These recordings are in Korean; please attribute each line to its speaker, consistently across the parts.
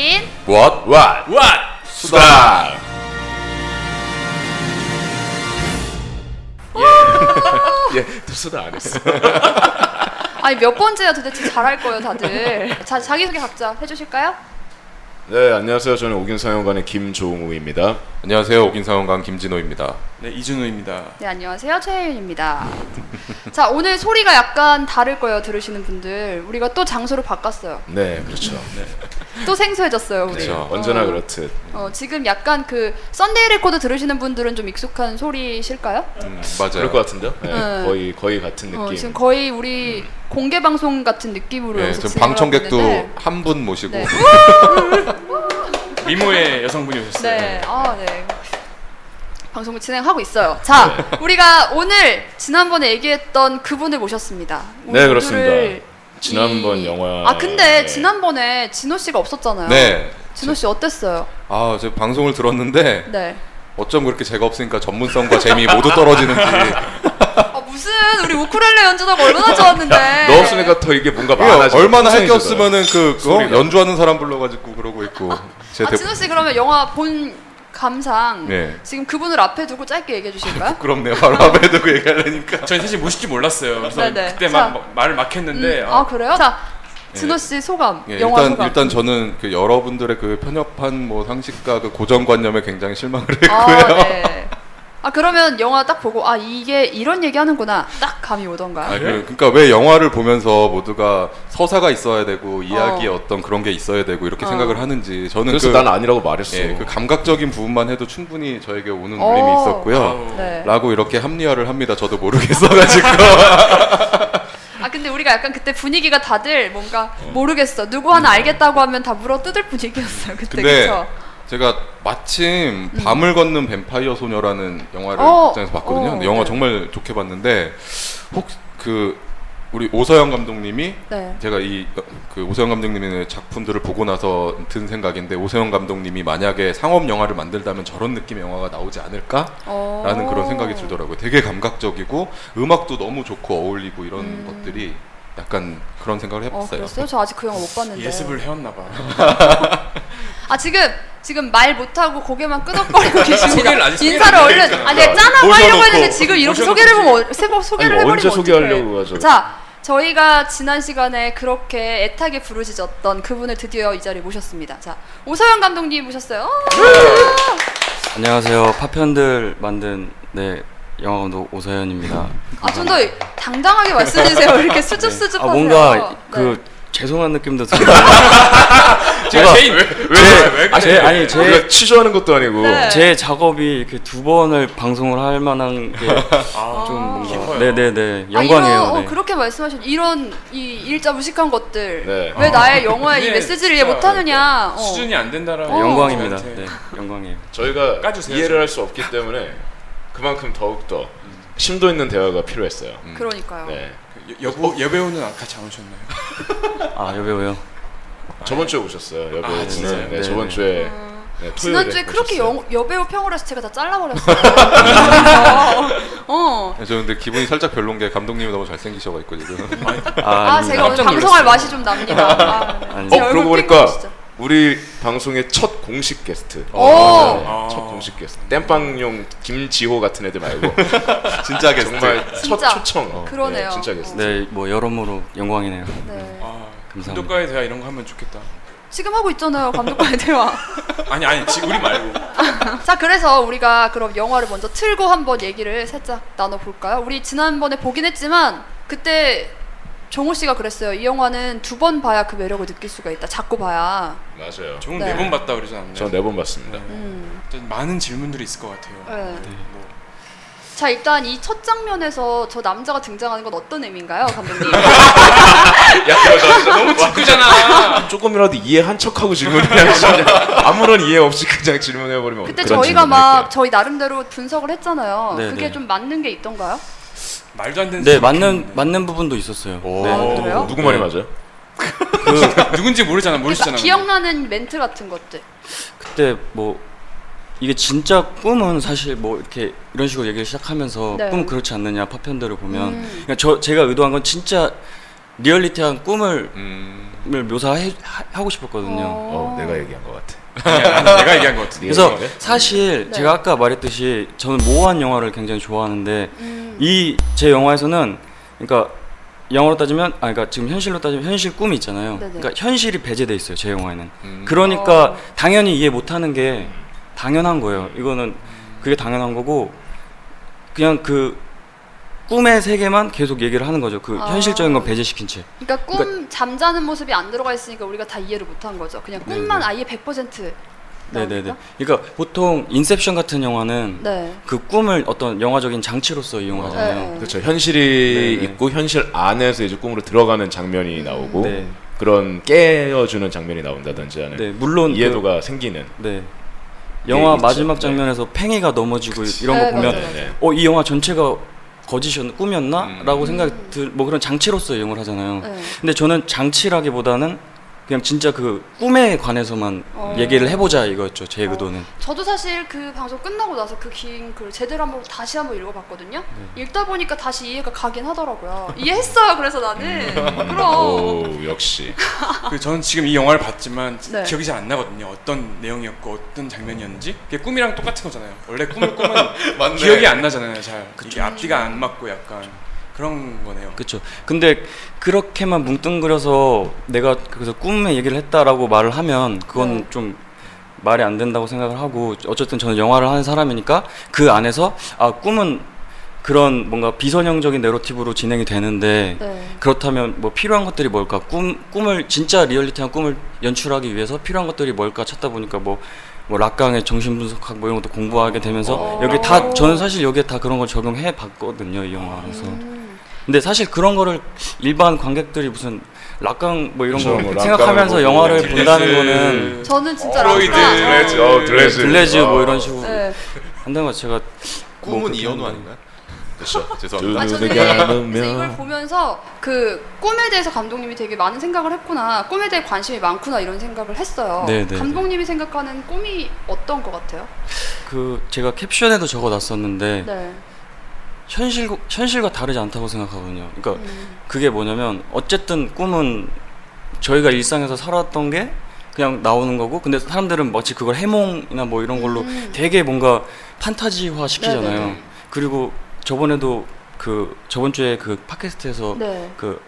Speaker 1: What?
Speaker 2: What?
Speaker 1: What?
Speaker 2: 수다. 예. 예, 또 수다 안 했어.
Speaker 3: 아니 몇 번째야 도대체 잘할 거예요 다들. 자 자기소개 각자 해주실까요?
Speaker 2: 네, 안녕하세요. 저는 오균상영관의 김종우입니다.
Speaker 1: 안녕하세요. 옥인상원관 김진호입니다.
Speaker 4: 네 이준우입니다.
Speaker 3: 네 안녕하세요 최혜윤입니다. 자 오늘 소리가 약간 다를 거예요 들으시는 분들. 우리가 또 장소를 바꿨어요.
Speaker 2: 네, 그렇죠.
Speaker 3: 또 생소해졌어요 우리.
Speaker 2: 네,
Speaker 1: 그렇죠.
Speaker 2: 언제나
Speaker 3: 어.
Speaker 2: 그렇듯.
Speaker 3: 어, 지금 약간 그 썬데이 레코드 들으시는 분들은 좀 익숙한 소리실까요?
Speaker 1: 음, 맞아요.
Speaker 2: 그럴 것 같은데요? 네,
Speaker 3: 네.
Speaker 2: 거의 거의 같은
Speaker 3: 어,
Speaker 2: 느낌.
Speaker 3: 지금 거의 우리 공개 방송 같은 느낌으로
Speaker 1: 예,
Speaker 3: 여기서
Speaker 1: 지금
Speaker 3: 진행을
Speaker 1: 방청객도
Speaker 3: 하고 있는데.
Speaker 1: 한 분 모시고
Speaker 3: 네.
Speaker 4: 미모의 여성분이 오셨어요.
Speaker 3: 네, 아, 네. 방송을 진행하고 있어요. 자,
Speaker 2: 네.
Speaker 3: 우리가 오늘 지난번에 얘기했던 그분을 모셨습니다.
Speaker 2: 네, 그렇습니다.
Speaker 3: 오늘을
Speaker 2: 지난번 영화-
Speaker 3: 아, 근데
Speaker 2: 네.
Speaker 3: 지난번에 진호 씨가 없었잖아요.
Speaker 1: 네.
Speaker 3: 진호 씨 어땠어요?
Speaker 1: 아, 저 방송을 들었는데
Speaker 3: 네.
Speaker 1: 어쩜 그렇게 제가 없으니까 전문성과 재미 모두 떨어지는지.
Speaker 3: 아, 무슨 우리 우쿨렐레 연주하고 얼마나 좋았는데. 아,
Speaker 2: 너 없으니까 더 그러니까 이게 뭔가 많아져.
Speaker 1: 얼마나 할 게
Speaker 2: 풍성해지더라.
Speaker 1: 없으면은 그 그거
Speaker 2: 소리가.
Speaker 1: 연주하는 사람 불러가지고 그러고 있고. 제
Speaker 3: 아, 진호 씨 그러면 영화 본 감상
Speaker 1: 네.
Speaker 3: 지금 그분을 앞에 두고 짧게 얘기해 주실까요?
Speaker 1: 부끄럽네요. 바로 앞에 두고 얘기하려니까.
Speaker 4: 저는 사실 모실 줄 몰랐어요. 그래서
Speaker 3: 네네.
Speaker 4: 그때
Speaker 3: 자.
Speaker 4: 막, 막- 말을 막
Speaker 2: 네.
Speaker 4: 했는데
Speaker 3: 음,
Speaker 4: 아,
Speaker 3: 아, 그래요? 자, 진호 씨 소감.
Speaker 1: 예,
Speaker 3: 영화
Speaker 1: 일단
Speaker 3: 소감.
Speaker 1: 일단 저는 그 여러분들의 그 편협한 뭐 상식과 그 고정관념에 굉장히 실망을
Speaker 3: 아,
Speaker 1: 했고요.
Speaker 3: 네. 아 그러면 영화 딱 보고 아 이게 이런 얘기 하는구나 딱 감이 오던가요?
Speaker 1: 아, 그, 그러니까 왜 영화를 보면서 모두가 서사가 있어야 되고 이야기에
Speaker 3: 어.
Speaker 1: 어. 떤 그런 게 있어야 되고 이렇게
Speaker 3: 어.
Speaker 1: 생각을 하는지 저는
Speaker 2: 그래서
Speaker 1: 그,
Speaker 2: 난 아니라고 말했어.
Speaker 1: 예, 그 감각적인 부분만 해도 충분히 저에게 오는
Speaker 3: 어.
Speaker 1: 울림이 있었고요.
Speaker 4: 아우.
Speaker 3: 네.
Speaker 1: 라고 이렇게 합리화를 합니다. 저도 모르겠어가지고.
Speaker 3: 아 근데 우리가 약간 그때 분위기가 다들 뭔가 모르겠어 누구 하나 알겠다고 하면 다 물어 뜯을 분위기였어요 네, 그때
Speaker 1: 음. 근데
Speaker 3: 그쵸?
Speaker 1: 네,
Speaker 3: 음.
Speaker 1: 제가 마침 밤을 걷는 뱀파이어 소녀라는 영화를
Speaker 3: 어.
Speaker 1: 극장에서 봤거든요.
Speaker 3: 어,
Speaker 1: 근데 영화
Speaker 3: 네.
Speaker 1: 정말 좋게 봤는데 혹 그 우리 오서영 감독님이
Speaker 3: 네.
Speaker 1: 제가 이 그 오세영 감독님의 작품들을 보고 나서 든 생각인데 오세영 감독님이 만약에 상업 영화를 만들다면 저런 느낌의 영화가 나오지 않을까라는
Speaker 3: 어.
Speaker 1: 그런 생각이 들더라고요. 되게 감각적이고 음악도 너무 좋고 어울리고 이런 것들이 약간 그런 생각을
Speaker 3: 음. 어,
Speaker 1: 해봤어요.
Speaker 3: 그랬어요? 저 아직 그 영화 못 봤는데.
Speaker 4: 예습을 해왔나 봐.
Speaker 3: 아 지금 지금 말 못하고 고개만 끄덕거리고 계십니다.
Speaker 4: 소개를 아직
Speaker 3: 인사를
Speaker 4: 소개를 안
Speaker 3: 얼른.
Speaker 4: 했으니까.
Speaker 3: 아 내가 짠하고
Speaker 2: 모셔놓고,
Speaker 3: 하려고 했는데 지금 이렇게
Speaker 4: 모셔놓고
Speaker 3: 소개를 보면 어- 세- 소개를
Speaker 2: 아니,
Speaker 3: 해버리면
Speaker 2: 언제 소개하려고
Speaker 3: 어떡해.
Speaker 2: 하죠?
Speaker 3: 자 저희가 지난 시간에 그렇게 애타게 부르짖었던 그분을 드디어 이 자리에 모셨습니다. 자 오서영 감독님 모셨어요. 어,
Speaker 5: 안녕하세요. 파편들 만든 네 영화 감독 오서연입니다.
Speaker 3: 아좀 더 당당하게 말씀해주세요. 왜 이렇게
Speaker 5: 아
Speaker 3: 수줍수줍하세요.
Speaker 5: 뭔가
Speaker 3: 네.
Speaker 5: 그 죄송한 느낌도 들고
Speaker 4: 제가 제인
Speaker 5: 네.
Speaker 4: 왜왜
Speaker 2: 아,
Speaker 5: 제 아니 제 제
Speaker 2: 우리가 취조하는 것도 아니고
Speaker 3: 네.
Speaker 5: 작업이 이렇게 두 번을 방송을 할 만한 게 좀 뭔가
Speaker 4: 깊어요.
Speaker 5: 네네네
Speaker 3: 아,
Speaker 5: 영광이에요.
Speaker 3: 이런, 어,
Speaker 5: 네.
Speaker 3: 그렇게 말씀하신 이런 이 일자 무식한 것들
Speaker 2: 네.
Speaker 3: 왜 나의 영화에 이
Speaker 4: 네,
Speaker 3: 메시지를 이해
Speaker 4: 진짜. 네.
Speaker 3: 못하느냐. 어.
Speaker 4: 수준이 안 된다라고
Speaker 5: 네, 영광입니다.
Speaker 4: 저한테.
Speaker 5: 네 영광이에요.
Speaker 2: 저희가
Speaker 4: 까주세요,
Speaker 2: 이해를
Speaker 4: 좀.
Speaker 2: 할 수 없기 때문에 그만큼 더욱 더 심도 있는 대화가 필요했어요.
Speaker 3: 그러니까요.
Speaker 2: 네.
Speaker 4: 여- 여보 여배우는 같이 안 오셨나요?
Speaker 3: 네.
Speaker 5: 아 여배우요.
Speaker 2: 저번 주에 오셨어요. 여배우 분은.
Speaker 4: 진짜요?
Speaker 2: 아. 네,
Speaker 5: 네,
Speaker 2: 저번
Speaker 5: 네.
Speaker 2: 주에 네, 토요일에
Speaker 3: 음. 지난주에 그렇게
Speaker 2: 오셨어요.
Speaker 3: 영, 여배우 평을 해서 제가 다 잘라버렸어요. 어.
Speaker 1: 저 근데 기분이 살짝 별론 게 감독님이 너무 잘생기셔가 있고 지금.
Speaker 3: 아,
Speaker 5: 아,
Speaker 2: 음,
Speaker 3: 제가
Speaker 5: 아닙니다.
Speaker 3: 오늘 방송할 맛이 좀 납니다. 아,
Speaker 5: 아니,
Speaker 3: 제
Speaker 2: 어
Speaker 3: 얼굴
Speaker 2: 그러고
Speaker 3: 삐끗
Speaker 2: 보니까
Speaker 3: 진짜.
Speaker 2: 우리 방송의 첫 공식 게스트.
Speaker 3: 오.
Speaker 2: 네,
Speaker 4: 아.
Speaker 2: 첫 공식 게스트. 땜빵용 김지호 같은 애들 말고
Speaker 1: 진짜 게스트.
Speaker 2: 정말 첫
Speaker 3: 진짜.
Speaker 2: 초청. 네,
Speaker 3: 그러네요.
Speaker 2: 진짜 게스트.
Speaker 5: 네뭐 여러모로 영광이네요.
Speaker 3: 네.
Speaker 4: 아
Speaker 5: 감사합니다.
Speaker 4: 감독과의 대화 이런 거 하면 좋겠다.
Speaker 3: 지금 하고 있잖아요, 감독과의 대화.
Speaker 4: 아니 아니 지금 우리 말고
Speaker 3: 자, 그래서 우리가 그럼 영화를 먼저 틀고 한번 얘기를 살짝 나눠볼까요? 우리 지난번에 보긴 했지만, 그때 정우 씨가 그랬어요. 이 영화는 두 번 봐야 그 매력을 느낄 수가 있다. 자꾸 봐야.
Speaker 2: 맞아요.
Speaker 4: 종은
Speaker 3: 네.
Speaker 4: 네. 번 봤다 그러지 않나요?
Speaker 2: 저네 번 봤습니다.
Speaker 3: 음.
Speaker 4: 일단 많은 질문들이 있을 것 같아요.
Speaker 3: 네.
Speaker 4: 뭐,
Speaker 3: 자, 일단 이 첫 장면에서 저 남자가 등장하는 건 어떤 의미인가요, 감독님?
Speaker 4: 너무 짓궂잖아.
Speaker 2: 음. 조금이라도 이해한 척하고 질문해야 아무런 이해 없이 그냥 질문해 버리면
Speaker 3: 그때 저희가 막 저희 나름대로 분석을 했잖아요.
Speaker 5: 네,
Speaker 3: 그게
Speaker 5: 네.
Speaker 3: 좀 맞는 게 있던가요?
Speaker 4: 말도 안 되는.
Speaker 5: 네
Speaker 4: 질문이
Speaker 5: 맞는
Speaker 4: 있는데.
Speaker 5: 맞는 부분도 있었어요.
Speaker 3: 아,
Speaker 5: 네.
Speaker 3: 그래요?
Speaker 2: 누구 말이 맞아요?
Speaker 5: 그
Speaker 4: 누군지 모르잖아 모르시잖아.
Speaker 3: 기억나는 멘트 같은 것들.
Speaker 5: 그때 뭐 이게 진짜 꿈은 사실 뭐 이렇게 이런 식으로 얘기를 시작하면서
Speaker 3: 네.
Speaker 5: 꿈 그렇지 않느냐 파편들을 보면
Speaker 3: 음.
Speaker 5: 그러니까 저 제가 의도한 건 진짜 리얼리티한 꿈을
Speaker 1: 음.
Speaker 5: 묘사하고 싶었거든요.
Speaker 2: 어, 내가 얘기한 것 같아.
Speaker 4: 내가 얘기한 것 같은데.
Speaker 5: 그래서
Speaker 2: 얘기한 거야?
Speaker 5: 사실
Speaker 3: 네.
Speaker 5: 제가 아까 말했듯이 저는 모호한 영화를 굉장히 좋아하는데
Speaker 3: 음.
Speaker 5: 이 제 영화에서는 그러니까 영어로 따지면 아 그러니까 지금 현실로 따지면 현실 꿈이 있잖아요.
Speaker 3: 네네.
Speaker 5: 그러니까 현실이 배제돼 있어요 제 영화에는.
Speaker 1: 음.
Speaker 5: 그러니까
Speaker 3: 어.
Speaker 5: 당연히 이해 못하는 게 당연한 거예요. 이거는 그게 당연한 거고 그냥 그 꿈의 세계만 계속 얘기를 하는 거죠. 그
Speaker 3: 아.
Speaker 5: 현실적인 건 배제시킨 채.
Speaker 3: 그러니까 꿈 잠자는 모습이 안 들어가 있으니까 우리가 다 이해를 못한 거죠. 그냥 꿈만 아예 100%
Speaker 5: 네네네.
Speaker 3: 나오니까?
Speaker 5: 그러니까 보통 인셉션 같은 영화는
Speaker 3: 아. 네.
Speaker 5: 그 꿈을 어떤 영화적인 장치로서 이용하잖아요.
Speaker 3: 네.
Speaker 2: 그렇죠. 현실이
Speaker 5: 네네.
Speaker 2: 있고 현실 안에서 이제 꿈으로 들어가는
Speaker 3: 음.
Speaker 2: 장면이 나오고
Speaker 5: 네.
Speaker 2: 그런 깨어주는 장면이 나온다든지 하는
Speaker 5: 네, 물론 그-
Speaker 2: 이해도가 생기는.
Speaker 5: 네. 영화
Speaker 2: 있죠.
Speaker 5: 마지막
Speaker 2: 네.
Speaker 5: 장면에서 팽이가 넘어지고 이런
Speaker 3: 네,
Speaker 5: 거 보면
Speaker 3: 맞아요.
Speaker 2: 네.
Speaker 5: 어 이 영화 전체가 거짓이었나 꿈이었나?
Speaker 1: 음.
Speaker 5: 라고 생각 들뭐 그런 장치로서 이용을 하잖아요.
Speaker 3: 네.
Speaker 5: 근데 저는 장치라기보다는 그냥 진짜 그 꿈에 관해서만
Speaker 3: 어.
Speaker 5: 얘기를 해보자 이거였죠 제
Speaker 3: 어.
Speaker 5: 의도는.
Speaker 3: 저도 사실 그 방송 끝나고 나서 그 긴 글을 제대로 한번 다시 한번 읽어봤거든요. 읽다 보니까 다시 이해가 가긴 하더라고요. 이해했어요. 그래서 나는 그럼
Speaker 2: 음. 오 역시.
Speaker 4: 그 저는 지금 이 영화를 봤지만
Speaker 3: 네.
Speaker 4: 기억이 잘 안 나거든요. 어떤 내용이었고 어떤 장면이었는지. 그게 꿈이랑 똑같은 거잖아요. 원래 꿈을 꾸면
Speaker 1: 맞네.
Speaker 4: 기억이 안 나잖아요. 잘. 이게 앞뒤가 안 맞고 약간 그런 거네요.
Speaker 5: 그렇죠. 근데 그렇게만 뭉뚱그려서 내가 그래서 꿈의 얘기를 했다라고 말을 하면 그건
Speaker 3: 네.
Speaker 5: 좀 말이 안 된다고 생각을 하고 어쨌든 저는 영화를 하는 사람이니까 그 안에서 아 꿈은 그런 뭔가 비선형적인 내러티브로 진행이 되는데
Speaker 3: 네.
Speaker 5: 그렇다면 뭐 필요한 것들이 뭘까 꿈 꿈을 진짜 리얼리티한 꿈을 연출하기 위해서 필요한 것들이 뭘까 찾다 보니까 뭐 뭐 락강의 정신분석학 뭐 이런 것도 공부하게 되면서
Speaker 3: 어.
Speaker 5: 여기 다 저는 사실 여기에 다 그런 걸 적용해 봤거든요 이 영화에서
Speaker 3: 음.
Speaker 5: 근데 사실 그런 거를 일반 관객들이 무슨 락강 뭐 이런
Speaker 2: 그렇죠,
Speaker 5: 거
Speaker 2: 뭐
Speaker 5: 생각하면서
Speaker 2: 락강을
Speaker 5: 영화를
Speaker 2: 보고
Speaker 5: 그
Speaker 2: 뭐
Speaker 4: 네.
Speaker 5: 본다는 거는
Speaker 3: 저는 진짜
Speaker 1: 어, 프로이드,
Speaker 3: 락가.
Speaker 1: 드레즈.
Speaker 2: 어, 드레즈.
Speaker 5: 블레즈 뭐 이런 식으로
Speaker 3: 네.
Speaker 5: 한다는 거 제가 뭐
Speaker 1: 꿈은
Speaker 5: 그렇게
Speaker 1: 이현우
Speaker 5: 하는
Speaker 1: 아닌가요? 그렇죠. 죄송합니다.
Speaker 3: 아, 저는
Speaker 2: 눈을 감으면.
Speaker 3: 그래서 이걸 보면서 그 꿈에 대해서 감독님이 되게 많은 생각을 했구나, 꿈에 대해 관심이 많구나 이런 생각을 했어요.
Speaker 5: 네, 네,
Speaker 3: 감독님이 생각하는 꿈이 어떤 것 같아요?
Speaker 5: 그 제가 캡션에도 적어놨었는데
Speaker 3: 네.
Speaker 5: 현실 현실과 다르지 않다고 생각하거든요 그러니까
Speaker 3: 음.
Speaker 5: 그게 뭐냐면 어쨌든 꿈은 저희가 일상에서 살았던 게 그냥 나오는 거고 근데 사람들은 마치 그걸 해몽이나 뭐 이런 걸로
Speaker 3: 음.
Speaker 5: 되게 뭔가 판타지화 시키잖아요.
Speaker 3: 네네네.
Speaker 5: 그리고 저번에도 그 저번 주에 그 팟캐스트에서
Speaker 3: 네.
Speaker 5: 그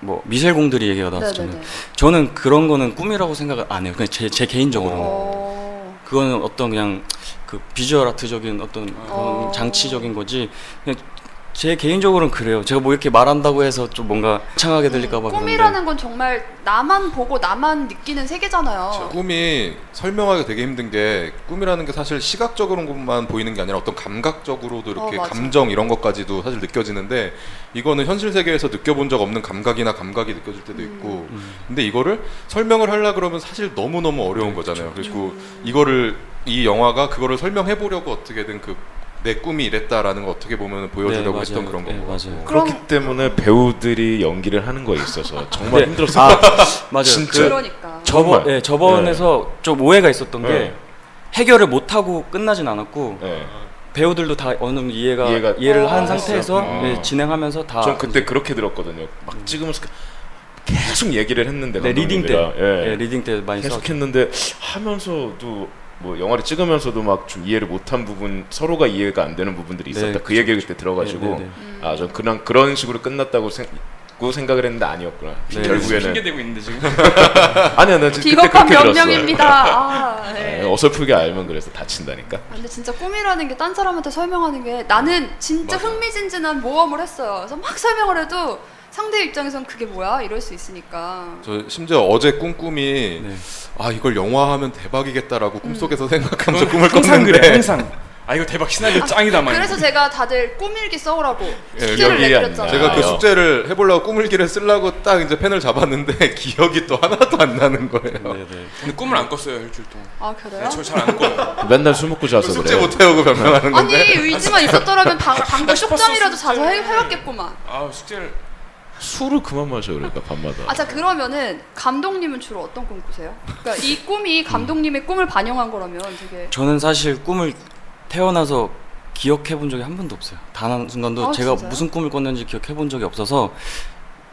Speaker 5: 뭐 미셀공들이 얘기가 나왔잖아요.
Speaker 3: 네네네.
Speaker 5: 저는 그런 거는 꿈이라고 생각을 안 해요. 그냥 제, 제 개인적으로.
Speaker 3: 어.
Speaker 5: 그거는 어떤 그냥 그 비주얼 아트적인 어떤
Speaker 3: 어.
Speaker 5: 그런 장치적인 거지 그냥 제 개인적으로는 그래요. 제가 뭐 이렇게 말한다고 해서 좀 뭔가 창하게 들릴까봐
Speaker 3: 음, 꿈이라는 건 정말 나만 보고 나만 느끼는 세계잖아요.
Speaker 1: 그렇죠. 꿈이 설명하기 되게 힘든 게 꿈이라는 게 사실 시각적으로만 보이는 게 아니라 어떤 감각적으로도 이렇게
Speaker 3: 어, 맞아.
Speaker 1: 감정 이런 것까지도 사실 느껴지는데 이거는 현실 세계에서 느껴본 적 없는 감각이나 감각이 느껴질
Speaker 3: 음.
Speaker 1: 때도 있고
Speaker 5: 음.
Speaker 1: 근데 이거를 설명을 하려 그러면 사실 너무 너무
Speaker 5: 네,
Speaker 1: 어려운 거잖아요. 그리고 이거를 이 영화가 그거를 설명해 보려고 어떻게든 그 내 꿈이 이랬다라는 거 어떻게 보면 보여주려고
Speaker 5: 네,
Speaker 1: 했던
Speaker 5: 맞아요.
Speaker 1: 그런
Speaker 5: 네,
Speaker 1: 거고.
Speaker 5: 맞아요.
Speaker 3: 그럼-
Speaker 2: 그렇기 때문에 배우들이 연기를 하는 거에 있어서 정말
Speaker 5: 네.
Speaker 2: 힘들었어요.
Speaker 5: 아 맞아요.
Speaker 2: 진짜.
Speaker 5: 그
Speaker 3: 그러니까.
Speaker 5: 저번
Speaker 2: 정말.
Speaker 5: 네, 저번에서 좀 오해가 있었던 게
Speaker 2: 네.
Speaker 5: 해결을 못 하고 끝나진 않았고
Speaker 2: 네.
Speaker 5: 배우들도 다 어느 정도 이해가,
Speaker 2: 이해가-
Speaker 5: 이해를
Speaker 3: 아,
Speaker 5: 한 상태에서
Speaker 2: 그렇구나.
Speaker 5: 네, 진행하면서 다
Speaker 2: 전 그때 그렇게 들었거든요. 막 찍으면서 계속 얘기를 했는데
Speaker 5: 네, 리딩 때
Speaker 2: 감독님이랑. 예.
Speaker 5: 네, 리딩 때 많이 써.
Speaker 2: 계속 했는데 하면서도 뭐 영화를 찍으면서도 막 좀 이해를 못한 부분 서로가 이해가 안 되는 부분들이
Speaker 5: 네,
Speaker 2: 있었다. 그
Speaker 5: 그쵸,
Speaker 2: 얘기를 그때 들어가지고
Speaker 5: 네, 네, 네.
Speaker 2: 아, 전 그냥 그런 식으로 끝났다고 생, 고 생각을 했는데 아니었구나.
Speaker 5: 네.
Speaker 4: 핑계
Speaker 2: 결국에는
Speaker 4: 대고 있는데 지금.
Speaker 2: 아니야, 나 지금 그때
Speaker 3: 비겁한
Speaker 2: 그렇게 들었어.
Speaker 3: 변명입니다. 아, 네.
Speaker 2: 네, 어설프게 알면 그래서 다친다니까.
Speaker 3: 아, 근데 진짜 꿈이라는 게 딴 사람한테 설명하는 게 나는 진짜
Speaker 2: 맞아.
Speaker 3: 흥미진진한 모험을 했어요. 그래서 막 설명을 해도 상대 입장에선 그게 뭐야 이럴 수 있으니까.
Speaker 1: 저 심지어 어제 꿈꿈이
Speaker 5: 네.
Speaker 1: 아 이걸 영화하면 대박이겠다라고 꿈속에서 생각하면서
Speaker 4: 저는
Speaker 1: 음. 꿈을
Speaker 4: 항상
Speaker 1: 꿨는데
Speaker 4: 그래. 항상. 아 이거 대박 시나리오 짱이다만.
Speaker 3: 그래서 제가 다들 꿈일기 써오라고
Speaker 2: 예,
Speaker 3: 숙제를
Speaker 2: 여기
Speaker 3: 내드렸잖아요.
Speaker 1: 제가 그
Speaker 2: 아, 여-
Speaker 1: 숙제를 해보려고 꾸물기를 쓰려고 딱 이제 펜을 잡았는데 기억이 또 하나도 안 나는 거예요.
Speaker 5: 네, 네.
Speaker 4: 근데 꿈을 안 꿨어요 일주일 동안.
Speaker 3: 아 그래요?
Speaker 4: 네, 저잘안 꿔요.
Speaker 2: 맨날 술 먹고 자서
Speaker 1: 숙제
Speaker 2: 그래.
Speaker 1: 못 해오고 변명하는
Speaker 3: 아니
Speaker 1: 건데.
Speaker 3: 의지만 있었더라면 방, 방금 쇼점이라도 자서 해, 해왔겠구만.
Speaker 4: 아 숙제를
Speaker 2: 술을 그만 마셔 그러니까 밤마다.
Speaker 3: 아자 그러면은 감독님은 주로 어떤 꿈 꾸세요? 그러니까 이 꿈이 감독님의 꿈을 반영한 거라면 되게
Speaker 5: 저는 사실 꿈을 태어나서 기억해 본 적이 한 번도 없어요. 단 한 순간도
Speaker 3: 아,
Speaker 5: 제가
Speaker 3: 진짜요?
Speaker 5: 무슨 꿈을 꿨는지 기억해 본 적이 없어서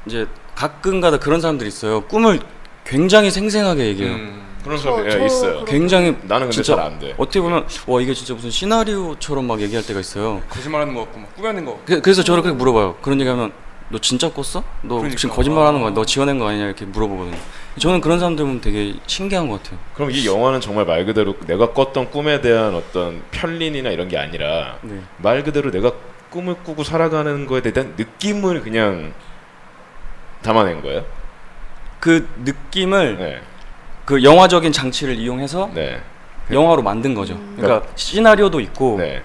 Speaker 5: 이제 가끔가다 그런 사람들이 있어요. 꿈을 굉장히 생생하게 얘기해요.
Speaker 1: 음.
Speaker 2: 그런
Speaker 3: 저-
Speaker 2: 사람이
Speaker 3: 저
Speaker 2: 예, 있어요.
Speaker 3: 그런-
Speaker 5: 굉장히
Speaker 2: 나는 근데
Speaker 5: 진짜
Speaker 2: 잘 안 돼. 예.
Speaker 5: 어떻게 보면 와 이게 진짜 무슨 시나리오처럼 막 얘기할 때가 있어요.
Speaker 4: 거짓말하는 거 같고 막 꾸며낸 거.
Speaker 5: 그, 래서 저를 그렇게 물어봐요. 그런 얘기하면 너 진짜 꿨어? 너
Speaker 4: 그러니까.
Speaker 5: 지금 거짓말하는 거야? 너 지어낸 거 아니냐 이렇게 물어보거든요. 저는 그런 사람들 보면 되게 신기한 것 같아요.
Speaker 2: 그럼 이 영화는 정말 말 그대로 내가 꿨던 꿈에 대한 어떤 편린이나 이런 게 아니라
Speaker 5: 네.
Speaker 2: 말 그대로 내가 꿈을 꾸고 살아가는 거에 대한 느낌을 그냥 담아낸 거예요.
Speaker 5: 그 느낌을
Speaker 2: 네,
Speaker 5: 그 영화적인 장치를 이용해서
Speaker 2: 네,
Speaker 5: 영화로 만든 거죠. 그러니까 시나리오도 있고,
Speaker 2: 네.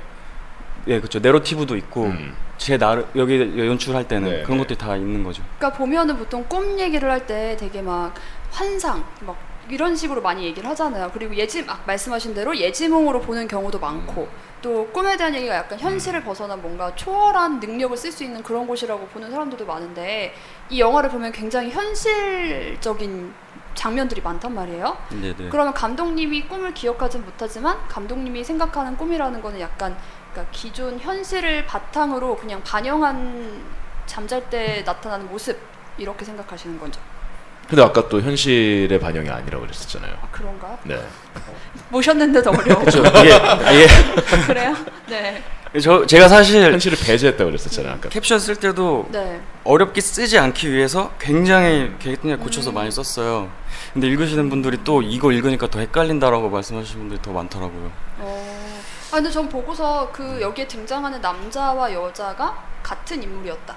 Speaker 5: 예, 그렇죠. 내러티브도 있고,
Speaker 2: 음.
Speaker 5: 제 나름 여기 연출할 때는
Speaker 2: 네,
Speaker 5: 그런
Speaker 2: 네.
Speaker 5: 것들이 다 있는 거죠.
Speaker 3: 그러니까 보면은 보통 꿈 얘기를 할 때 되게 막 환상 막 이런 식으로 많이 얘기를 하잖아요. 그리고 예지 막 말씀하신 대로 예지몽으로 보는 경우도 많고 또 꿈에 대한 얘기가 약간 현실을 벗어난 뭔가 초월한 능력을 쓸 수 있는 그런 곳이라고 보는 사람들도 많은데 이 영화를 보면 굉장히 현실적인 장면들이 많단 말이에요.
Speaker 5: 네, 네.
Speaker 3: 그러면 감독님이 꿈을 기억하진 못하지만 감독님이 생각하는 꿈이라는 거는 약간 그러니까 기존 현실을 바탕으로 그냥 반영한 잠잘 때 나타나는 모습 이렇게 생각하시는 건죠.
Speaker 2: 근데 아까 또 현실의 반영이 아니라고 그랬었잖아요.
Speaker 3: 아 그런가?
Speaker 2: 네.
Speaker 3: 모셨는데도 어려워.
Speaker 5: 그렇죠. 예,
Speaker 3: 그래요? 네.
Speaker 5: 예. 저 제가 사실
Speaker 2: 현실을 배제했다고 그랬었잖아요. 아까.
Speaker 5: 캡션 쓸 때도
Speaker 3: 네.
Speaker 5: 어렵게 쓰지 않기 위해서 굉장히 굉장히 고쳐서 많이 썼어요. 근데 읽으시는 분들이 또 이거 읽으니까 더 헷갈린다라고 말씀하시는 분들이 더 많더라고요.
Speaker 3: 어. 아 근데 전 보고서 그 여기에 등장하는 남자와 여자가 같은 인물이었다.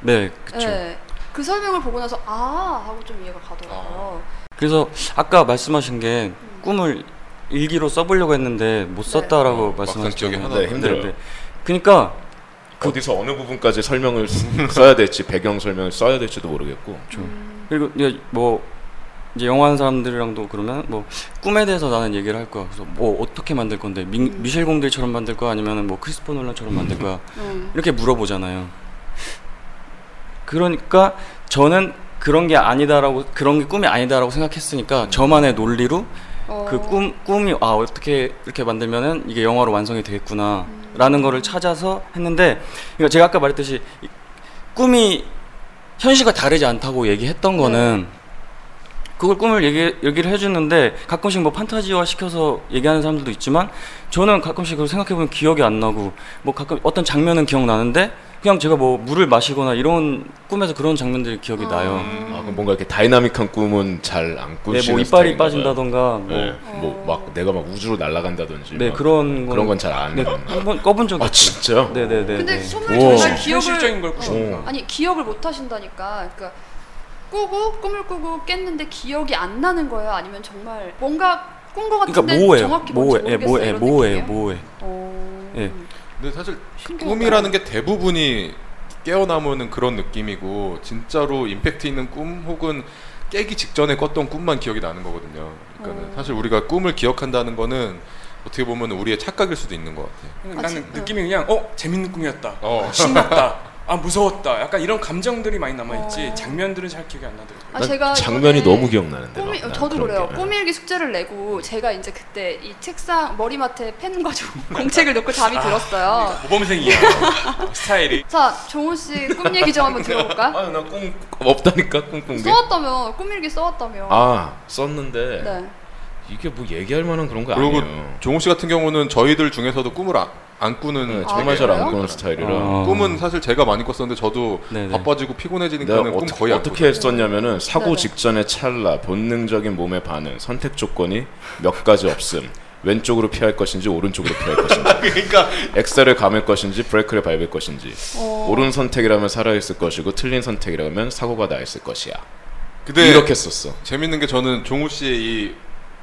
Speaker 5: 네, 그렇죠.
Speaker 3: 네. 그 설명을 보고 나서 아 하고 좀 이해가 가더라고요.
Speaker 5: 아, 그래서 아까 말씀하신 게 꿈을 일기로 써보려고 했는데 못 썼다라고
Speaker 1: 네. 막상 기억이
Speaker 5: 말씀하셨잖아요.
Speaker 1: 하나도
Speaker 2: 안 힘들어요.
Speaker 5: 그러니까
Speaker 2: 어디서 어느 부분까지 설명을 써야 될지 배경 설명을 써야 될지도 모르겠고.
Speaker 3: 음,
Speaker 5: 그리고 이제 뭐 이제 영화하는 사람들이랑도 그러면 뭐 꿈에 대해서 나는 얘기를 할 거야. 그래서 뭐 어떻게 만들 건데 미, 미셸 공들처럼 만들 거야 아니면 뭐 크리스포 놀란처럼 만들 거야
Speaker 3: 음.
Speaker 5: 이렇게 물어보잖아요. 그러니까 저는 그런 게 아니다라고 그런 게 꿈이 아니다라고 생각했으니까 저만의 논리로
Speaker 3: 어.
Speaker 5: 그 꿈 꿈이 아 어떻게 이렇게 만들면은 이게 영화로 완성이 되겠구나라는 거를 찾아서 했는데 그러니까 제가 아까 말했듯이 이 꿈이 현실과 다르지 않다고 얘기했던 거는 그걸 꿈을 얘기, 얘기를 해주는데 가끔씩 뭐 판타지화 시켜서 얘기하는 사람들도 있지만 저는 가끔씩 그걸 생각해보면 기억이 안 나고 뭐 가끔 어떤 장면은 기억나는데 그냥 제가 뭐 물을 마시거나 이런 꿈에서 그런 장면들이 기억이 나요.
Speaker 2: 아, 그럼 뭔가 이렇게 다이나믹한 꿈은 잘 안 꾸시는
Speaker 5: 네, 뭐 이빨이 빠진다던가 뭐
Speaker 2: 네. 뭐막 내가 막 우주로 날아간다든지.
Speaker 5: 네,
Speaker 2: 막
Speaker 5: 그런 건-
Speaker 2: 그런 건 잘 안.
Speaker 5: 네, 한번 꺼본 적이
Speaker 2: 아
Speaker 5: 없어요.
Speaker 2: 진짜?
Speaker 5: 네네네.
Speaker 3: 근데 소문이
Speaker 2: 우와.
Speaker 3: 정말 기억을
Speaker 4: 현실적인 걸
Speaker 2: 어.
Speaker 4: 꾸시는구나.
Speaker 3: 아니 기억을 못 하신다니까. 그러니까 꾸고 꿈을 꾸고 깼는데 기억이 안 나는 거예요. 아니면 정말 뭔가 꾼 거 같은데
Speaker 5: 그러니까 모호해요.
Speaker 3: 정확히 뭔지
Speaker 5: 모호해. 예,
Speaker 3: 모르겠어요.
Speaker 5: 모호해.
Speaker 3: 이런
Speaker 5: 모호해요.
Speaker 3: 느낌이에요?
Speaker 5: 모호해.
Speaker 3: 어...
Speaker 5: 예.
Speaker 1: 근데 사실
Speaker 3: 신기하다.
Speaker 1: 꿈이라는 게 대부분이 깨어나면은 그런 느낌이고 진짜로 임팩트 있는 꿈 혹은 깨기 직전에 꿨던 꿈만 기억이 나는 거거든요. 그러니까
Speaker 3: 어.
Speaker 1: 사실 우리가 꿈을 기억한다는 거는 어떻게 보면 우리의 착각일 수도 있는 것 같아요.
Speaker 4: 그냥
Speaker 3: 아,
Speaker 4: 나는
Speaker 3: 진짜요?
Speaker 4: 느낌이 그냥 어 재밌는 꿈이었다.
Speaker 1: 어.
Speaker 4: 신났다. 아 무서웠다. 약간 이런 감정들이 많이 남아 있지
Speaker 3: 어.
Speaker 4: 장면들은 잘 기억이 안 나더라고요.
Speaker 3: 아,
Speaker 2: 난
Speaker 3: 제가
Speaker 2: 장면이
Speaker 3: 이번에
Speaker 2: 너무 기억나는데.
Speaker 3: 꿈이
Speaker 2: 막, 난
Speaker 3: 저도
Speaker 2: 그런
Speaker 3: 그래요.
Speaker 2: 게.
Speaker 3: 꿈일기 숙제를 내고 제가 이제 그때 이 책상 머리맡에 펜과 좀 공책을 놓고 잠이 들었어요.
Speaker 4: 모범생이야 스타일이.
Speaker 3: 자, 정훈 씨 꿈 얘기 좀 한번 들어볼까?
Speaker 2: 아, 나꿈 없다니까 꿈 꾼 게.
Speaker 3: 써왔다며 꿈일기 써왔다며.
Speaker 2: 아, 썼는데
Speaker 3: 네.
Speaker 2: 이게 뭐 얘기할 만한
Speaker 3: 그러니까
Speaker 2: 그런 거
Speaker 1: 그리고
Speaker 2: 아니에요.
Speaker 1: 종호 씨 같은 경우는 저희들 중에서도 꿈을 안, 안
Speaker 2: 네,
Speaker 1: 꾸는
Speaker 2: 정말
Speaker 1: 되게-
Speaker 2: 잘 안
Speaker 3: 아, 그래요?
Speaker 2: 꾸는 스타일이라.
Speaker 5: 아.
Speaker 1: 꿈은 사실 제가 많이 꿨었는데 저도
Speaker 5: 네네.
Speaker 1: 바빠지고
Speaker 2: 내가
Speaker 1: 피곤해지니까는 꿈
Speaker 2: 어떻게,
Speaker 1: 거의 안
Speaker 2: 어떻게
Speaker 3: 네,
Speaker 2: 썼냐면은
Speaker 3: 네.
Speaker 2: 사고 직전의 찰나 본능적인 몸의 반응 선택 조건이 몇 가지 없음 왼쪽으로 피할 것인지 오른쪽으로 피할 것인지
Speaker 1: 그러니까
Speaker 2: 엑셀을 감을 것인지 브레이크를 밟을 것인지
Speaker 3: 어.
Speaker 2: 옳은 선택이라면 살아있을 것이고 틀린 선택이라면 사고가 나 있을 것이야
Speaker 1: 근데
Speaker 2: 이렇게 썼어
Speaker 1: 재밌는 게 저는 종우 씨의 이